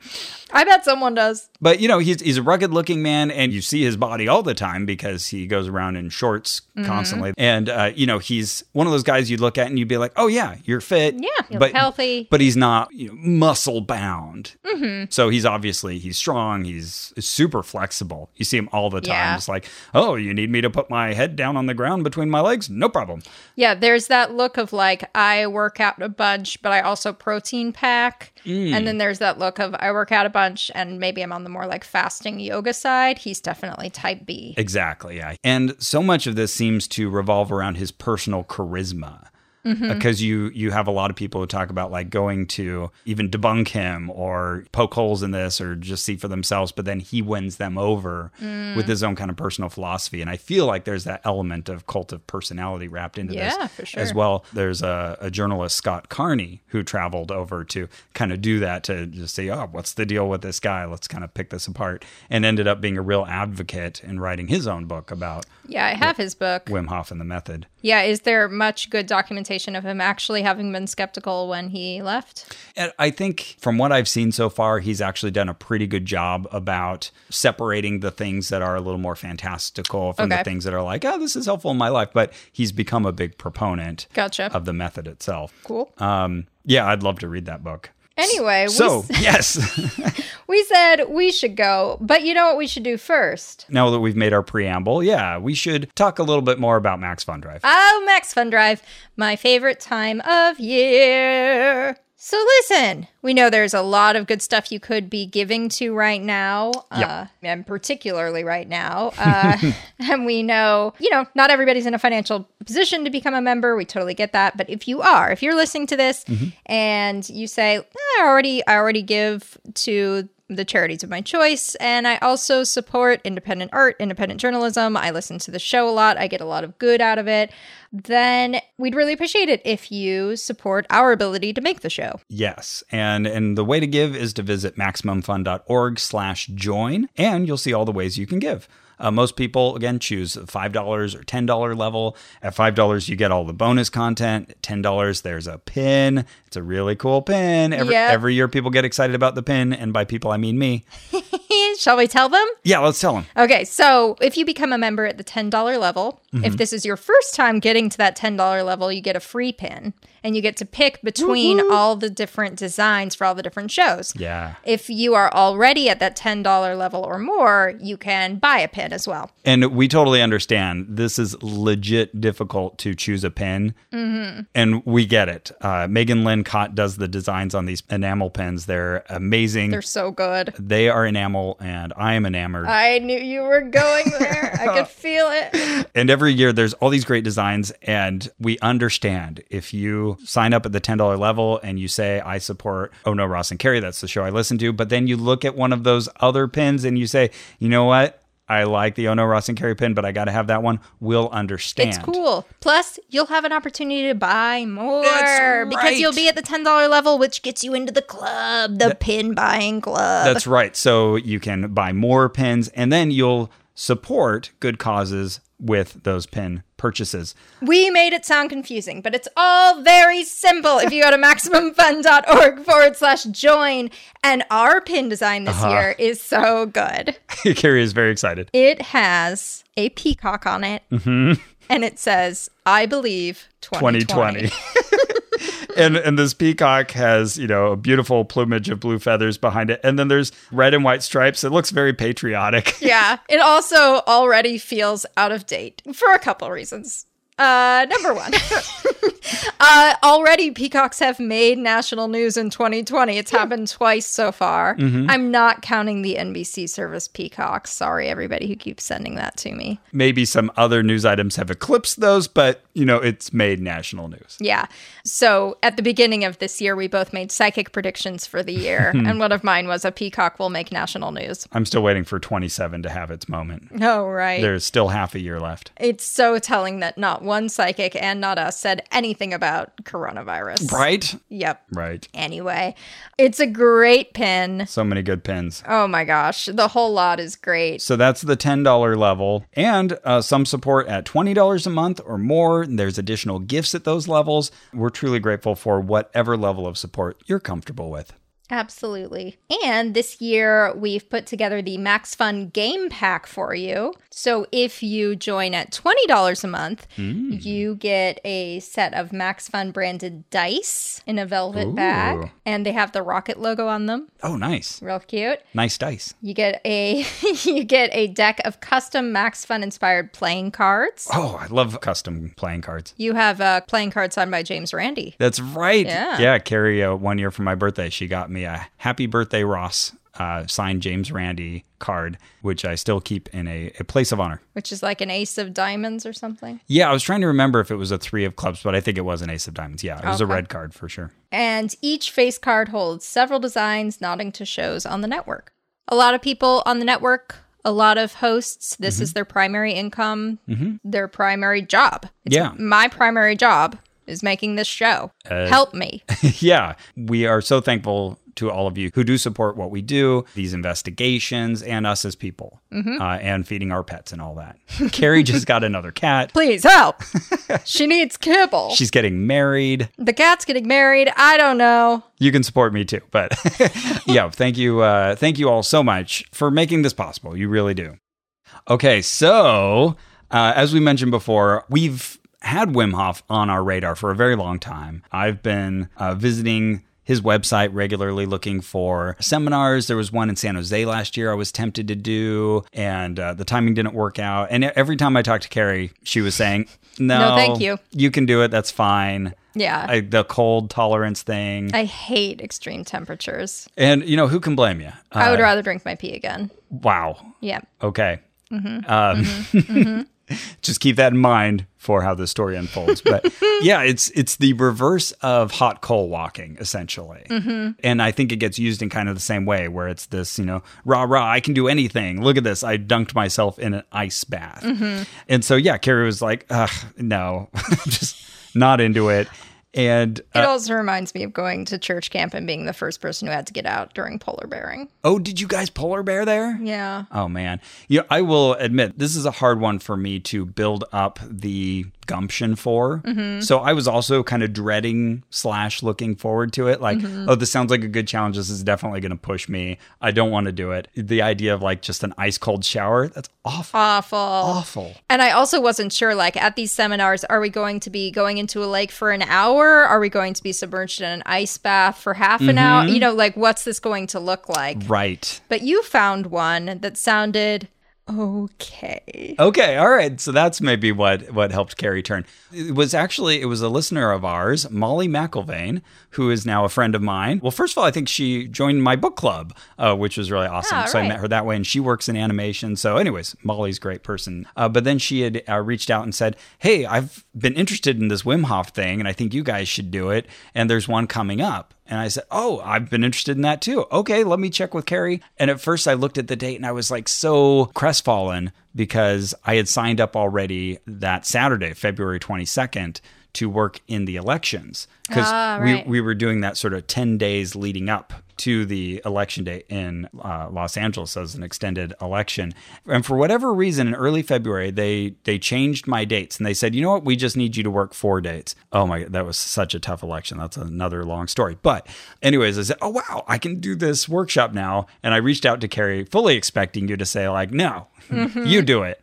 I bet someone does. But you know, he's he's a rugged looking man, and you see his body all the time because he goes around in shorts Mm-hmm. constantly. And uh, you know, he's one of those guys you'd look at and you'd be like, "Oh yeah, you're fit, Yeah, you look healthy." but he's not you know, muscle bound. Mm-hmm. So he's obviously he's strong, he's super flexible. You see him all the time. Yeah. It's like, oh, you need me to put my head down on the ground between my legs? No problem. Yeah, there's that look of like, I work out a bunch, but I also protein pack. Mm. And then there's that look of, I work out a bunch and maybe I'm on the more like fasting yoga side. He's definitely type B. Exactly. Yeah. And so much of this seems to revolve around his personal charisma. Mm-hmm. Because you you have a lot of people who talk about like going to even debunk him or poke holes in this or just see for themselves, but then he wins them over Mm. with his own kind of personal philosophy. And I feel like there's that element of cult of personality wrapped into Yeah, this for as sure. well. There's a, a journalist Scott Carney who traveled over to kind of do that to just say, oh, what's the deal with this guy? Let's kind of pick this apart, and ended up being a real advocate and writing his own book about Yeah, I have his book. Wim Hof and the method. Yeah, is there much good documentation of him actually having been skeptical when he left? And I think from what I've seen so far, he's actually done a pretty good job about separating the things that are a little more fantastical from the Okay. things that are like, oh, this is helpful in my life. But he's become a big proponent Gotcha. of the method itself. cool. Um, yeah, I'd love to read that book. Anyway, So, we, s- yes. we said we should go, but you know what we should do first? now that we've made our preamble, yeah, we should talk a little bit more about Max Fun Drive. Oh, Max Fun Drive, my favorite time of year. So listen, we know there's a lot of good stuff you could be giving to right now, uh, and particularly right now. Uh, and we know, you know, not everybody's in a financial position to become a member. We totally get that. But if you are, if you're listening to this and you say, "Ah, I already, I already give to the charities of my choice. And I also support independent art, independent journalism. I listen to the show a lot. I get a lot of good out of it. Then we'd really appreciate it if you support our ability to make the show. Yes. And and the way to give is to visit MaximumFun.org slash join, and you'll see all the ways you can give. Uh, most people, again, choose the $5 or $10 level. At $5, you get all the bonus content. At $10, there's a pin. It's a really cool pin. Every, Yep. every year, people get excited about the pin. And by people, I mean me. Shall we tell them? Yeah, let's tell them. Okay, so if you become a member at the $10 level, if this is your first time getting to that $10 level, you get a free pin and you get to pick between all the different designs for all the different shows. Yeah. If you are already at that $10 level or more, you can buy a pin as well. And we totally understand this is legit difficult to choose a pin. Mm-hmm. And we get it. Uh, Megan Lynn Cott does the designs on these enamel pins. They're amazing. They're Ah. so good. they are enamel and I am enamored. I knew you were going there. I could feel it. and every year there's all these great designs and we understand if you sign up at the $10 level and you say I support Oh No Ross and Carrie that's the show I listen to but then you look at one of those other pins and you say, "You know what? I like the Oh No Ross and Carrie pin, but I got to have that one." We'll understand. It's cool. Plus, you'll have an opportunity to buy more That's right. because you'll be at the $10 level, which gets you into the club, the pin buying club. That's right. So you can buy more pins and then you'll support good causes with those pin purchases. We made it sound confusing, but it's all very simple. If you go to MaximumFun.org forward slash join, and our pin design Uh-huh. this year is so good. Carrie is very excited. It has a peacock on it, and it says, I believe 2020. 2020. and and this peacock has, you know, a beautiful plumage of blue feathers behind it. And then there's red and white stripes. It looks very patriotic. yeah, it also already feels out of date for a couple reasons. Uh, number one. uh, already, peacocks have made national news in 2020. It's happened twice so far. I'm not counting the NBC service peacocks. Sorry, everybody who keeps sending that to me. Maybe some other news items have eclipsed those, but you know, it's made national news. Yeah. So at the beginning of this year, we both made psychic predictions for the year. and one of mine was a peacock will make national news. I'm still waiting for 27 to have its moment. Oh, right. There's still half a year left. It's so telling that not one psychic and not us said anything about coronavirus. Right? Yep. Right. Anyway, it's a great pin. So many good pins. Oh my gosh, the whole lot is great. So that's the $10 level and uh, some support at $20 a month or more. There's additional gifts at those levels. We're truly grateful for whatever level of support you're comfortable with. Absolutely. And this year we've put together the Max Fun game pack for you. So if you join at $20 a month, you get a set of Max Fun branded dice in a velvet Ooh. bag and they have the rocket logo on them. Oh, nice. Real cute. Nice dice. You get a you get a deck of custom Max Fun inspired playing cards. Oh, I love custom playing cards. You have a playing card signed by James Randi. That's right. Yeah. Carrie, uh, one year for my birthday, she got me a happy birthday, Ross, uh, signed James Randy card, which I still keep in a, a place of honor. which is like an ace of diamonds or something. Yeah, I was trying to remember if it was a three of clubs, but I think it was an ace of diamonds. Yeah, it was a Okay. red card for sure. And each face card holds several designs nodding to shows on the network. A lot of people on the network, a lot of hosts, this is their primary income, their primary job. Yeah. My primary job is making this show. Help me. yeah, we are so thankful to all of you who do support what we do, these investigations, and us as people, uh, and feeding our pets and all that. Carrie just got another cat. Please help. she needs kibble. She's getting married. the cat's getting married. I don't know. you can support me too but yeah thank you uh, thank you all so much for making this possible you really do okay so uh, as we mentioned before we've had wim hof on our radar for a very long time i've been uh, visiting his website regularly looking for seminars there was one in san jose last year i was tempted to do and uh, the timing didn't work out and every time i talked to carrie she was saying no, No, thank you." you can do it that's fine Yeah. I, the cold tolerance thing I hate extreme temperatures. and you know who can blame you? Uh, I would rather drink my pee again. wow. Yeah. Okay. Um, just keep that in mind for how the story unfolds. But yeah, it's it's the reverse of hot coal walking essentially, and I think it gets used in kind of the same way, where it's this you know rah rah I can do anything. Look at this, I dunked myself in an ice bath, and so yeah, Carrie was like, Ugh, no, just not into it. And uh, It also reminds me of going to church camp and being the first person who had to get out during polar bearing. oh, did you guys polar bear there? Yeah. Oh man. You know, I will admit this is a hard one for me to build up the gumption for. So I was also kind of dreading slash looking forward to it. Like, oh, this sounds like a good challenge. This is definitely gonna push me. I don't want to do it. The idea of like just an ice cold shower, that's awful. Awful. awful. And I also wasn't sure, like, at these seminars, are we going to be going into a lake for an hour? Are we going to be submerged in an ice bath for half an hour? You know, like, what's this going to look like? Mm. Right. But you found one that sounded okay. Okay, all right. So that's maybe what what helped Carrie turn. It was actually it was a listener of ours, Molly McIlvain, who is now a friend of mine. Well, first of all, I think she joined my book club, uh, which was really awesome. Ah, so I right. met her that way, and she works in animation. So, anyways, Molly's a great person. Uh, but then she had uh, reached out and said, "Hey, I've been interested in this Wim Hof thing, and I think you guys should do it. And there's one coming up." And I said, "Oh, I've been interested in that too. Okay, let me check with Carrie." And at first, I looked at the date and I was like so crestfallen because I had signed up already that Saturday, February 22nd, to work in the elections because Ah, right. we, we were doing that sort of 10 days leading up to the election day in uh, Los Angeles as an extended election. And for whatever reason, in early February, they they changed my dates and they said, you know what, we just need you to work four dates. Oh my, that was such a tough election. That's another long story. But anyways, I said, oh wow, I can do this workshop now. And I reached out to Carrie, fully expecting you to say like, no, you do it.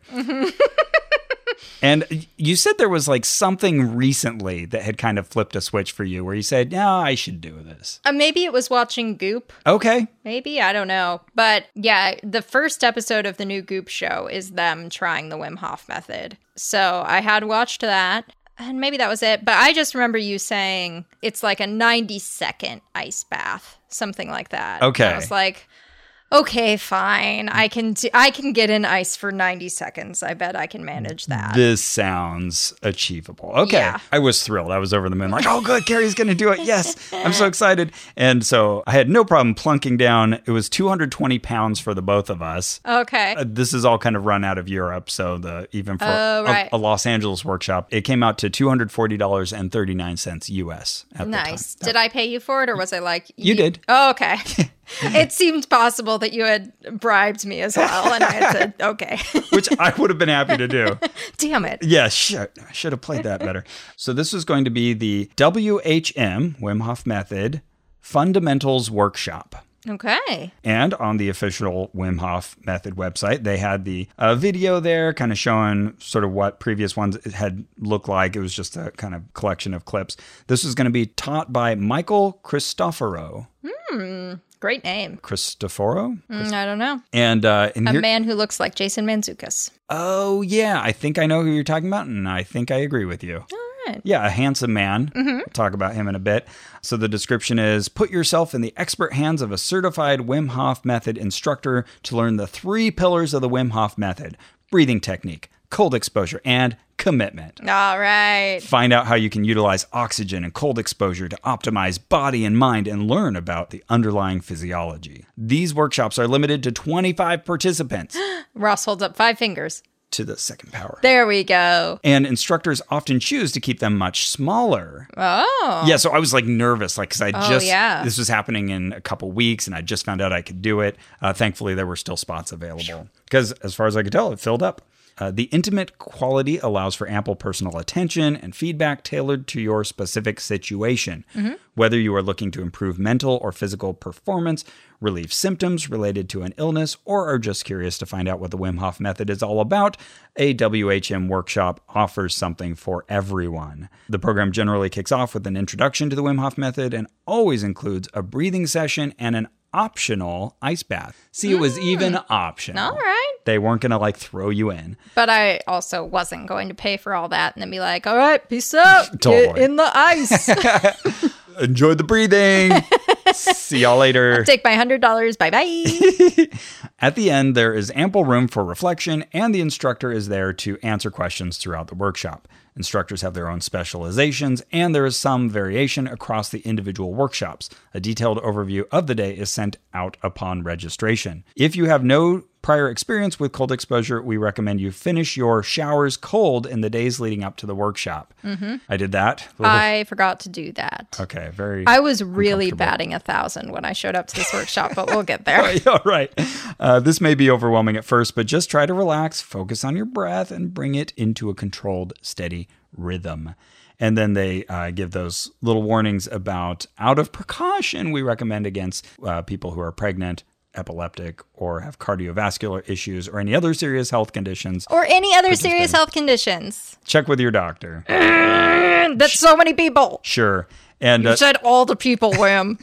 And you said there was like something recently that had kind of flipped a switch for you where you said, no, I should do this. Uh, maybe it was watching Goop. Okay. Maybe, I don't know. But yeah, the first episode of the new Goop show is them trying the Wim Hof method. So I had watched that and maybe that was it. But I just remember you saying it's like a 90 second ice bath, something like that. Okay. And I was like, okay, fine. I can do, I can get in ice for 90 seconds. I bet I can manage that. This sounds achievable. Okay. Yeah. I was thrilled. I was over the moon, like, oh, good, Carrie's going to do it. Yes. I'm so excited. And so I had no problem plunking down. It was 220 pounds for the both of us. okay. Uh, This is all kind of run out of Europe. So the even for Oh, a- right. a, Los Angeles workshop, it came out to $240.39 US at the time. nice. Did I pay you for it or was I like You did. Oh, okay. it seemed possible that you had bribed me as well and I had said, okay. Which I would have been happy to do. Damn it. Yeah, shit. I should have played that better. so this is going to be the WHM Wim Hof Method Fundamentals Workshop. Okay. And on the official Wim Hof Method website, they had the uh, video there, kind of showing sort of what previous ones had looked like. It was just a kind of collection of clips. This is going to be taught by Michael Cristoforo. Great name. Cristoforo? Mm, I don't know. And, uh, and A here, man who looks like Jason Manzukis. oh, yeah, I think I know who you're talking about, and I think I agree with you. All right. Mm-hmm. Yeah, a handsome man. We'll talk about him in a bit. So the description is put yourself in the expert hands of a certified Wim Hof Method instructor to learn the three pillars of the Wim Hof Method breathing technique, cold exposure, and commitment. All right. Find out how you can utilize oxygen and cold exposure to optimize body and mind and learn about the underlying physiology. These workshops are limited to 25 participants Ross holds up five fingers. to the second power. There we go. And instructors often choose to keep them much smaller. Oh. Yeah, so I was like nervous, like because I just yeah. this was happening in a couple weeks, and I just found out I could do it. Uh, thankfully, there were still spots available because, as far as I could tell, it filled up. Uh, the intimate quality allows for ample personal attention and feedback tailored to your specific situation. Mm-hmm. Whether you are looking to improve mental or physical performance, relieve symptoms related to an illness, or are just curious to find out what the Wim Hof method is all about, a WHM workshop offers something for everyone. The program generally kicks off with an introduction to the Wim Hof method and always includes a breathing session and an optional ice bath. See, it was even optional. Mm. All right. They weren't going to like throw you in. But I also wasn't going to pay for all that and then be like, all right, peace out. Get Totally. in the ice. Enjoy the breathing. See y'all later. Take my $100. Bye bye. At the end, there is ample room for reflection, and the instructor is there to answer questions throughout the workshop. Instructors have their own specializations, and there is some variation across the individual workshops. A detailed overview of the day is sent out upon registration. If you have no prior experience with cold exposure, we recommend you finish your showers cold in the days leading up to the workshop. I did that. Mm-hmm. I forgot to do that. okay, very. I was really batting a thousand when I showed up to this workshop, but we'll get there. All right. Uh, this may be overwhelming at first, but just try to relax, focus on your breath, and bring it into a controlled, steady rhythm. And then they uh, give those little warnings about out of precaution, we recommend against uh, people who are pregnant, epileptic, or have cardiovascular issues, or any other serious health conditions. Or any other serious health conditions. Check with your doctor. That's so many people. Sure. And uh, Said all the people, Wim.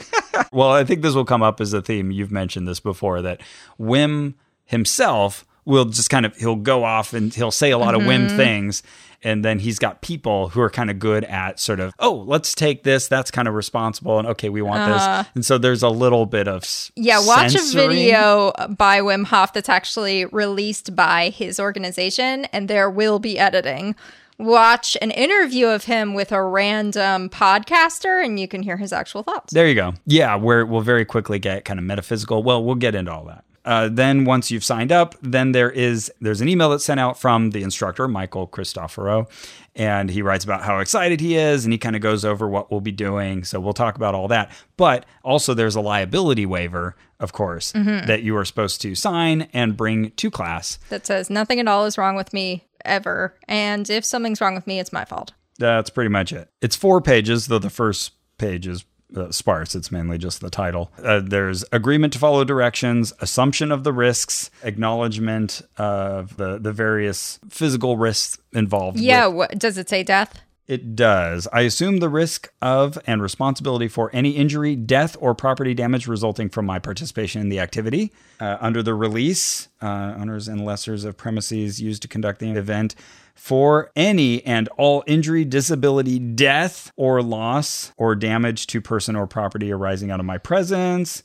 Well, I think this will come up as a theme. You've mentioned this before that Wim himself will just kind of he'll go off and he'll say a lot of Mm-hmm. Wim things. And then he's got people who are kind of good at sort of, oh, let's take this. That's kind of responsible. And okay, we want this. And so there's a little bit of s- Uh-huh. Yeah, watch a censoring. video by Wim Hof that's actually released by his organization, and there will be editing. Watch an interview of him with a random podcaster, and you can hear his actual thoughts. There you go. Yeah, where we'll very quickly get kind of metaphysical. Well, we'll get into all that. Uh, then once you've signed up, then there is there's an email that's sent out from the instructor Michael Cristoforo, and he writes about how excited he is, and he kind of goes over what we'll be doing. So we'll talk about all that. But also there's a liability waiver, of course, that you are supposed to sign and bring to class. That says nothing at all is wrong with me ever, and if something's wrong with me, it's my fault. That's pretty much it. It's four pages, though the first page is uh, sparse. It's mainly just the title. Uh, there's agreement to follow directions, assumption of the risks, acknowledgement of the, the various physical risks involved. Yeah. with- What, does it say death? it does. I assume the risk of and responsibility for any injury, death, or property damage resulting from my participation in the activity. Uh, under the release, uh, owners and lessors of premises used to conduct the event for any and all injury, disability, death, or loss or damage to person or property arising out of my presence.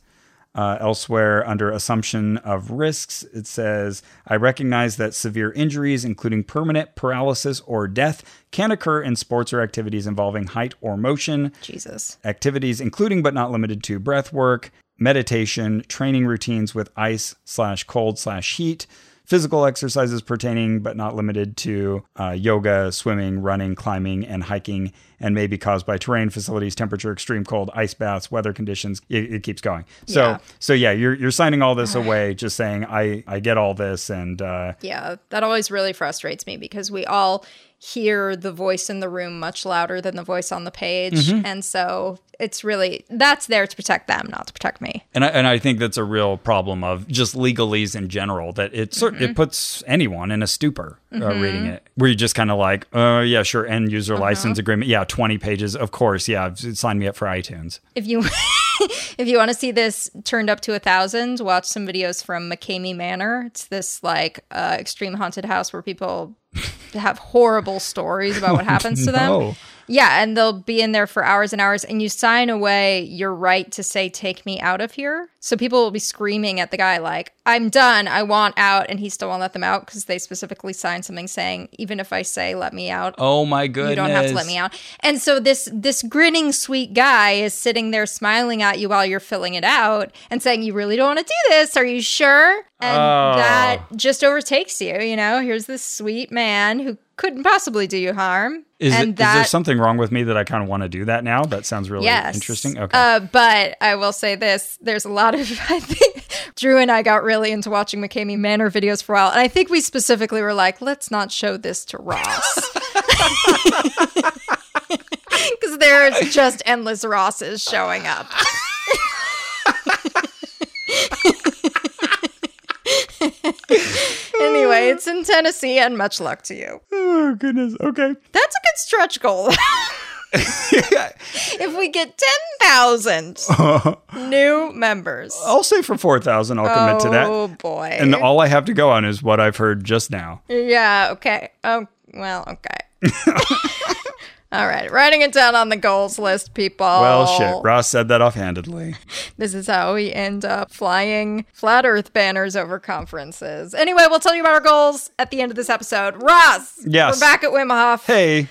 Uh, elsewhere, under assumption of risks, it says, I recognize that severe injuries, including permanent paralysis or death, can occur in sports or activities involving height or motion, Jesus. activities including but not limited to breath work, meditation, training routines with ice slash cold slash heat, physical exercises pertaining but not limited to uh, yoga, swimming, running, climbing, and hiking, and may be caused by terrain, facilities, temperature, extreme cold, ice baths, weather conditions. It, it keeps going. So Yeah. so yeah, you're you're signing all this away, just saying I I get all this and. Uh, Yeah, that always really frustrates me because we all hear the voice in the room much louder than the voice on the page. And so it's really, that's there to protect them, not to protect me. And I, and I think that's a real problem of just legalese in general that it cer it puts anyone in a stupor uh, reading it where you're just kind of like oh yeah sure end user license agreement yeah 20 pages of course yeah s- sign me up for iTunes If you. If you want to see this turned up to a thousand, watch some videos from McCamey Manor. It's this like uh, extreme haunted house where people have horrible stories about what happens to no. them. Yeah, and they'll be in there for hours and hours, and you sign away your right to say, Take me out of here. So people will be screaming at the guy, like, I'm done, I want out, and he still won't let them out because they specifically signed something saying, Even if I say, Let me out, oh my goodness you don't have to let me out. And so this this grinning sweet guy is sitting there smiling at you while you're filling it out and saying, "You really don't want to do this? Are you sure?" And Oh. that just overtakes you. You know, here's this sweet man who couldn't possibly do you harm. is, it, and is there something wrong with me that I kind of want to do that now that sounds really Yes. interesting okay Uh, but I will say this: there's a lot of I think Drew and I got really into watching McCamey Manor videos for a while, and I think we specifically were like, let's not show this to Ross. Because there's just endless Rosses showing up. anyway, it's in Tennessee, and much luck to you. oh goodness okay That's a good stretch goal. if we get 10,000 new members. I'll say for 4000 I'll commit Oh, to that Oh boy. and all I have to go on is what I've heard just now yeah, okay. Oh, well, okay. All right, writing it down on the goals list, people. well shit Ross said that offhandedly This is how we end up flying flat earth banners over conferences. Anyway, we'll tell you about our goals at the end of this episode. Ross! Yes. We're back at Wim Hof. hey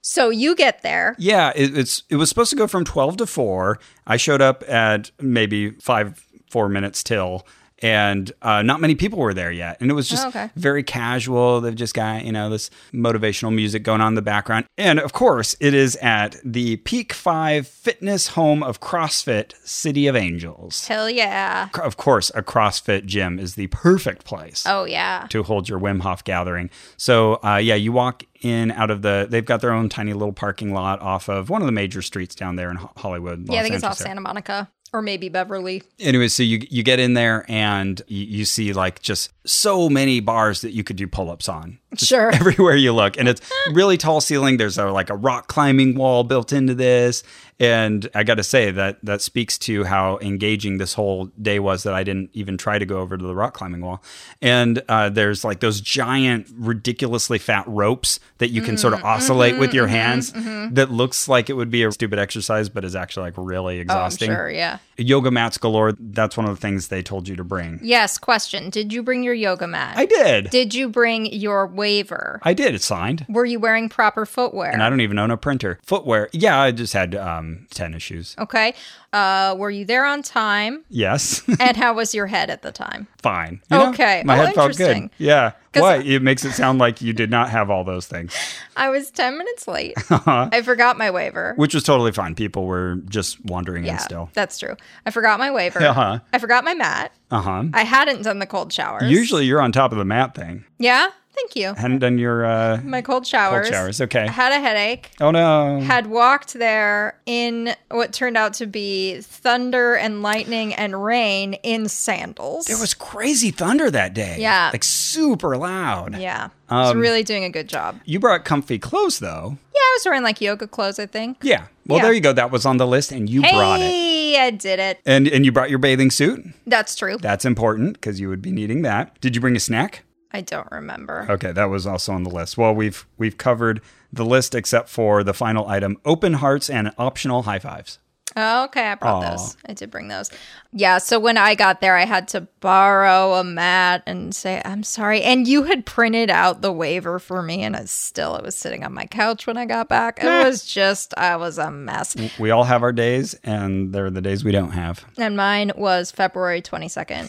So you get there. Yeah, it, it's it was supposed to go from twelve to four. I showed up at maybe five four minutes till, and uh, not many people were there yet. And it was just Oh, okay. very casual. They've just got you know this motivational music going on in the background, and of course, it is at the Peak Five Fitness Home of CrossFit, City of Angels. Hell yeah. Of course, a CrossFit gym is the perfect place Oh, yeah. to hold your Wim Hof gathering. So uh, yeah, you walk in out of the. They've got their own tiny little parking lot off of one of the major streets down there in Ho- Hollywood. Yeah, I Los think it's off Angeles area. Santa Monica or maybe Beverly. Anyway, so you you get in there and you, you see like just so many bars that you could do pull ups on. Just Sure. everywhere you look, and it's really tall ceiling. There's a, like a rock climbing wall built into this, and I got to say that that speaks to how engaging this whole day was. That I didn't even try to go over to the rock climbing wall, and uh, there's like those giant, ridiculously fat ropes that you can Mm, mm-hmm, sort of oscillate with your hands. That looks like it would be a stupid exercise, but is actually like really Oh, I'm exhausting sure, yeah. yoga mats galore. That's one of the things they told you to bring. Yes, question. Did you bring your yoga mat? I did. Did you bring your waiver? I did. It's signed. Were you wearing proper footwear? And I don't even own a printer. Footwear. Yeah, I just had um, tennis shoes. okay. Uh, were you there on time? Yes. And how was your head at the time? Fine. You know, Okay. My Oh, head felt good. interesting. Yeah. 'Cause- Why? It makes it sound like you did not have all those things, I was 10 minutes late. Uh-huh. I forgot my waiver. which was totally fine. People were just wandering in yeah, still. that's true. I forgot my waiver. Uh-huh. I forgot my mat. Uh huh. I hadn't done the cold showers. Usually you're on top of the mat thing. yeah? Thank you. Hadn't done your uh, My cold showers. showers, okay. I had a headache. oh no. Had walked there in what turned out to be thunder and lightning and rain in sandals. There was crazy thunder that day. Yeah. Like super loud. yeah. I Um, was really doing a good job. You brought comfy clothes though. Yeah, I was wearing like yoga clothes, I think. Yeah. Well, Yeah. there you go. That was on the list and you brought it. Hey, I did it. And and you brought your bathing suit. That's true. That's important because you would be needing that. Did you bring a snack? I don't remember. Okay, that was also on the list. Well, we've we've covered the list except for the final item, open hearts and optional high fives. Oh, okay, I brought those. I did bring those. Yeah, so when I got there, I had to borrow a mat and say, I'm sorry. And you had printed out the waiver for me, and I still, it was sitting on my couch when I got back. It was just, I was a mess. We all have our days and they're the days we don't have. And mine was February 22nd,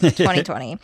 2020.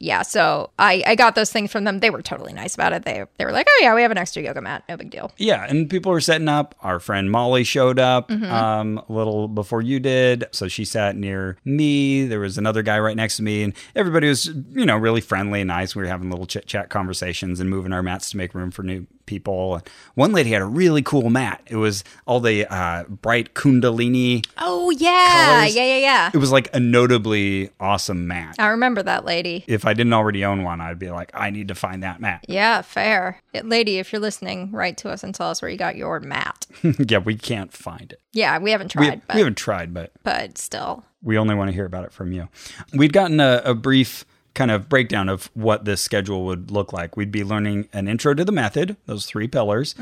yeah, so I, I got those things from them. They were totally nice about it. They, they were like, oh, yeah, we have an extra yoga mat. No big deal. Yeah, and people were setting up. Our friend Molly showed up Mm-hmm. um, a little before you did, so she sat near me. There was another guy right next to me, and everybody was, you know, really friendly and nice. We were having little chit chat conversations and moving our mats to make room for new people. And One lady had a really cool mat. It was all the uh, bright kundalini. Oh, yeah. Colours. Yeah, yeah, yeah. It was like a notably awesome mat. I remember that lady. If I didn't already own one, I'd be like, I need to find that mat. Yeah, fair. Yeah, Lady, if you're listening, write to us and tell us where you got your mat. yeah, we can't find it. Yeah, we haven't We, tried, but we haven't tried, but but still. we only want to hear about it from you. We'd gotten a, a brief kind of breakdown of what this schedule would look like. We'd be learning an intro to the method, those three pillars,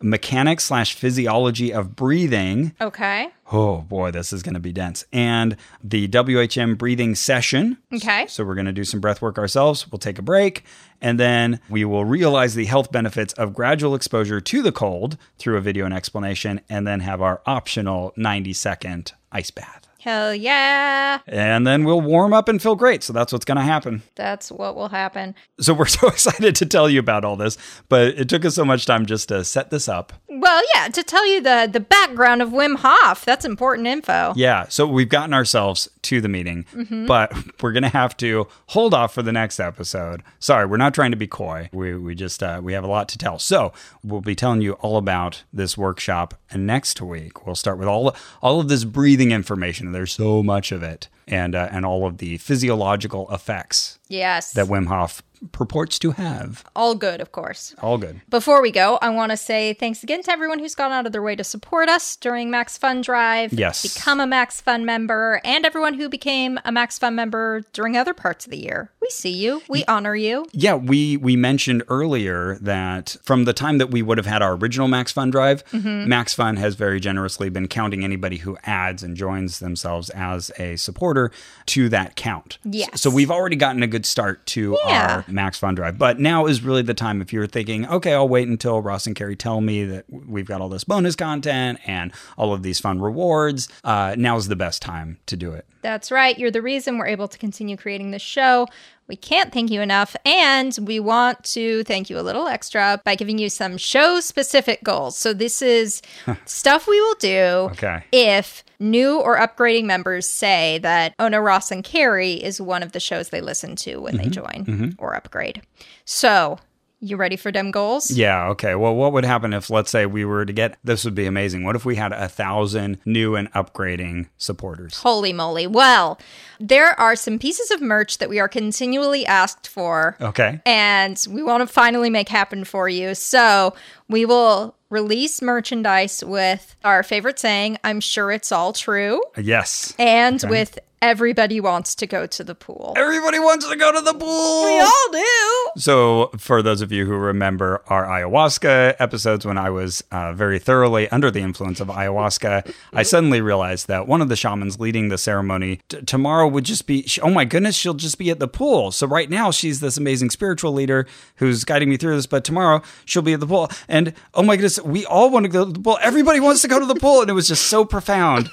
mechanics slash physiology of breathing. Okay. Oh boy, this is going to be dense. And the WHM breathing session. Okay. So we're going to do some breath work ourselves. We'll take a break and then we will realize the health benefits of gradual exposure to the cold through a video and explanation and then have our optional 90 second ice bath Hell yeah. and then we'll warm up and feel great. So that's what's going to happen. That's what will happen. So we're so excited to tell you about all this, but it took us so much time just to set this up. Well, yeah, to tell you the the background of Wim Hof, that's important info. Yeah, so we've gotten ourselves to the meeting, but we're going to have to hold off for the next episode. Sorry, we're not trying to be coy. We we just uh, we have a lot to tell. So, we'll be telling you all about this workshop and next week we'll start with all all of this breathing information. There's so much of it and uh, and all of the physiological effects Yes. that Wim Hof purports to have. all good, of course. All good. Before we go, I want to say thanks again to everyone who's gone out of their way to support us during Max Fun Drive. Yes. Become a Max Fun member, and everyone who became a Max Fun member during other parts of the year. We see you. We honor you. Yeah, we we mentioned earlier that from the time that we would have had our original Max Fund drive, Mm-hmm. Max Fund has very generously been counting anybody who adds and joins themselves as a supporter to that count. Yes. So we've already gotten a good start to Yeah. our Max Fund drive, but now is really the time if you're thinking, okay, I'll wait until Ross and Carrie tell me that we've got all this bonus content and all of these fun rewards. Uh, now's the best time to do it. That's right. You're the reason we're able to continue creating this show. We can't thank you enough. And we want to thank you a little extra by giving you some show specific goals. So, this is stuff we will do Okay. if new or upgrading members say that Ona Ross and Carrie is one of the shows they listen to when they join or upgrade. So, you ready for them goals? Yeah. Okay. Well, what would happen if, let's say, we were to get this would be amazing. What if we had a thousand new and upgrading supporters? Holy moly. Well, there are some pieces of merch that we are continually asked for. Okay. and we want to finally make happen for you. So we will release merchandise with our favorite saying, I'm sure it's all true, Yes. and with everybody wants to go to the pool. Everybody wants to go to the We pool. all do. So, for those of you who remember our ayahuasca episodes, when I was uh, very thoroughly under the influence of ayahuasca, I suddenly realized that one of the shamans leading the ceremony t- tomorrow would just be, sh- oh my goodness, she'll just be at the pool. So, right now, she's this amazing spiritual leader who's guiding me through this, but tomorrow she'll be at the pool. And oh my goodness, we all want to go to the pool. Everybody wants to go to the pool. And it was just so profound.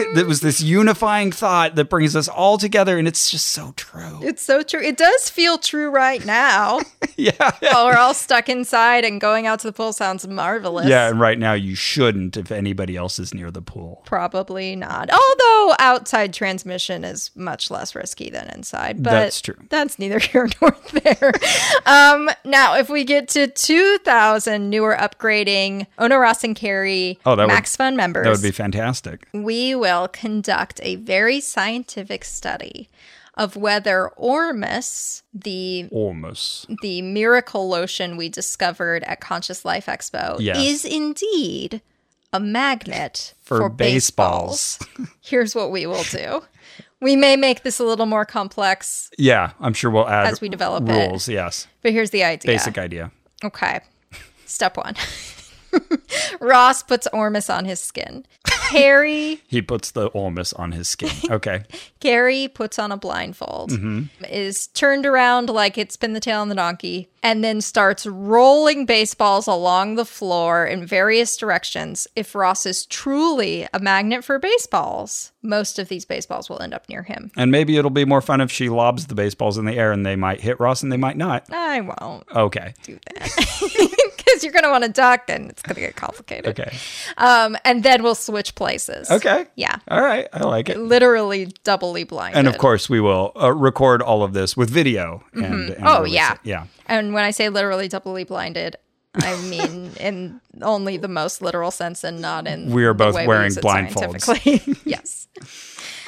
there was this unifying thought that brings us all together, and it's just so true. It's so true. It does feel true right now. yeah. while we're all stuck inside and going out to the pool sounds marvelous. Yeah, and right now you shouldn't if anybody else is near the pool. Probably not. Although outside transmission is much less risky than inside, but That's true. That's neither here nor there. um, now, if we get to 2,000 newer upgrading Ona Ross and Carrie Oh, that would- Max Fund members, That would be fantastic. we will conduct a very scientific study of whether Ormus, the Almost. the miracle lotion we discovered at Conscious Life Expo Yes. is indeed a magnet For baseballs. baseballs. Here's what we will do. We may make this a little more complex, Yeah, I'm sure we'll add As we develop it. rules. Yes, but here's the idea. basic idea. Okay. Step one. Ross puts Ormus on his skin. Harry He puts the Olmus on his skin. Okay, Gary puts on a blindfold, is turned around like it's been the tail on the donkey, and then starts rolling baseballs along the floor in various directions. If Ross is truly a magnet for baseballs, most of these baseballs will end up near him. and maybe it'll be more fun if she lobs the baseballs in the air, and they might hit Ross, and they might not. I won't Okay, do that because you're going to want to duck and it's going to get complicated. okay, Um, and then we'll switch places. okay. Yeah. All right, I like it. Literally doubly blind. And of course, we will uh, record all of this with video. And, and Oh, release yeah. it. yeah. And when I say literally doubly blinded, I mean in only the most literal sense and not in We are the both way wearing use it blindfolds. scientifically. yes.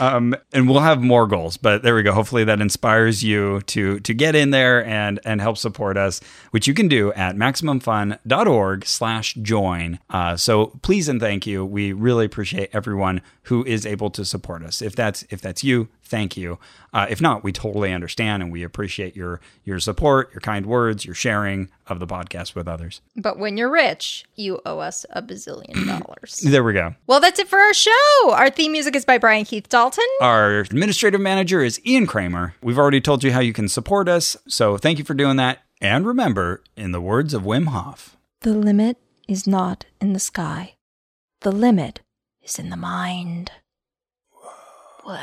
Um, and we'll have more goals, but there we go. Hopefully, that inspires you to to get in there and and help support us, which you can do at maximumfun.org/join. Uh, so please and thank you. We really appreciate everyone who is able to support us. If that's if that's you, thank you. Uh, if not, we totally understand and we appreciate your your support, your kind words, your sharing of the podcast with others. But when you're rich, you owe us a bazillion dollars. There we go. well, that's it for our show. Our theme music is by Brian Keith Dalton. Our administrative manager is Ian Kramer. We've already told you how you can support us, so thank you for doing that. And remember, in the words of Wim Hof, The limit is not in the sky. The limit is in the mind. Whoa.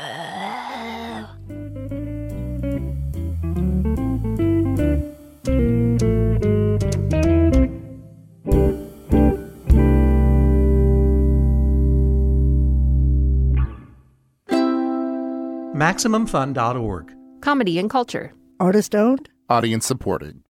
MaximumFun.org. comedy and culture. Artist owned? Audience supported.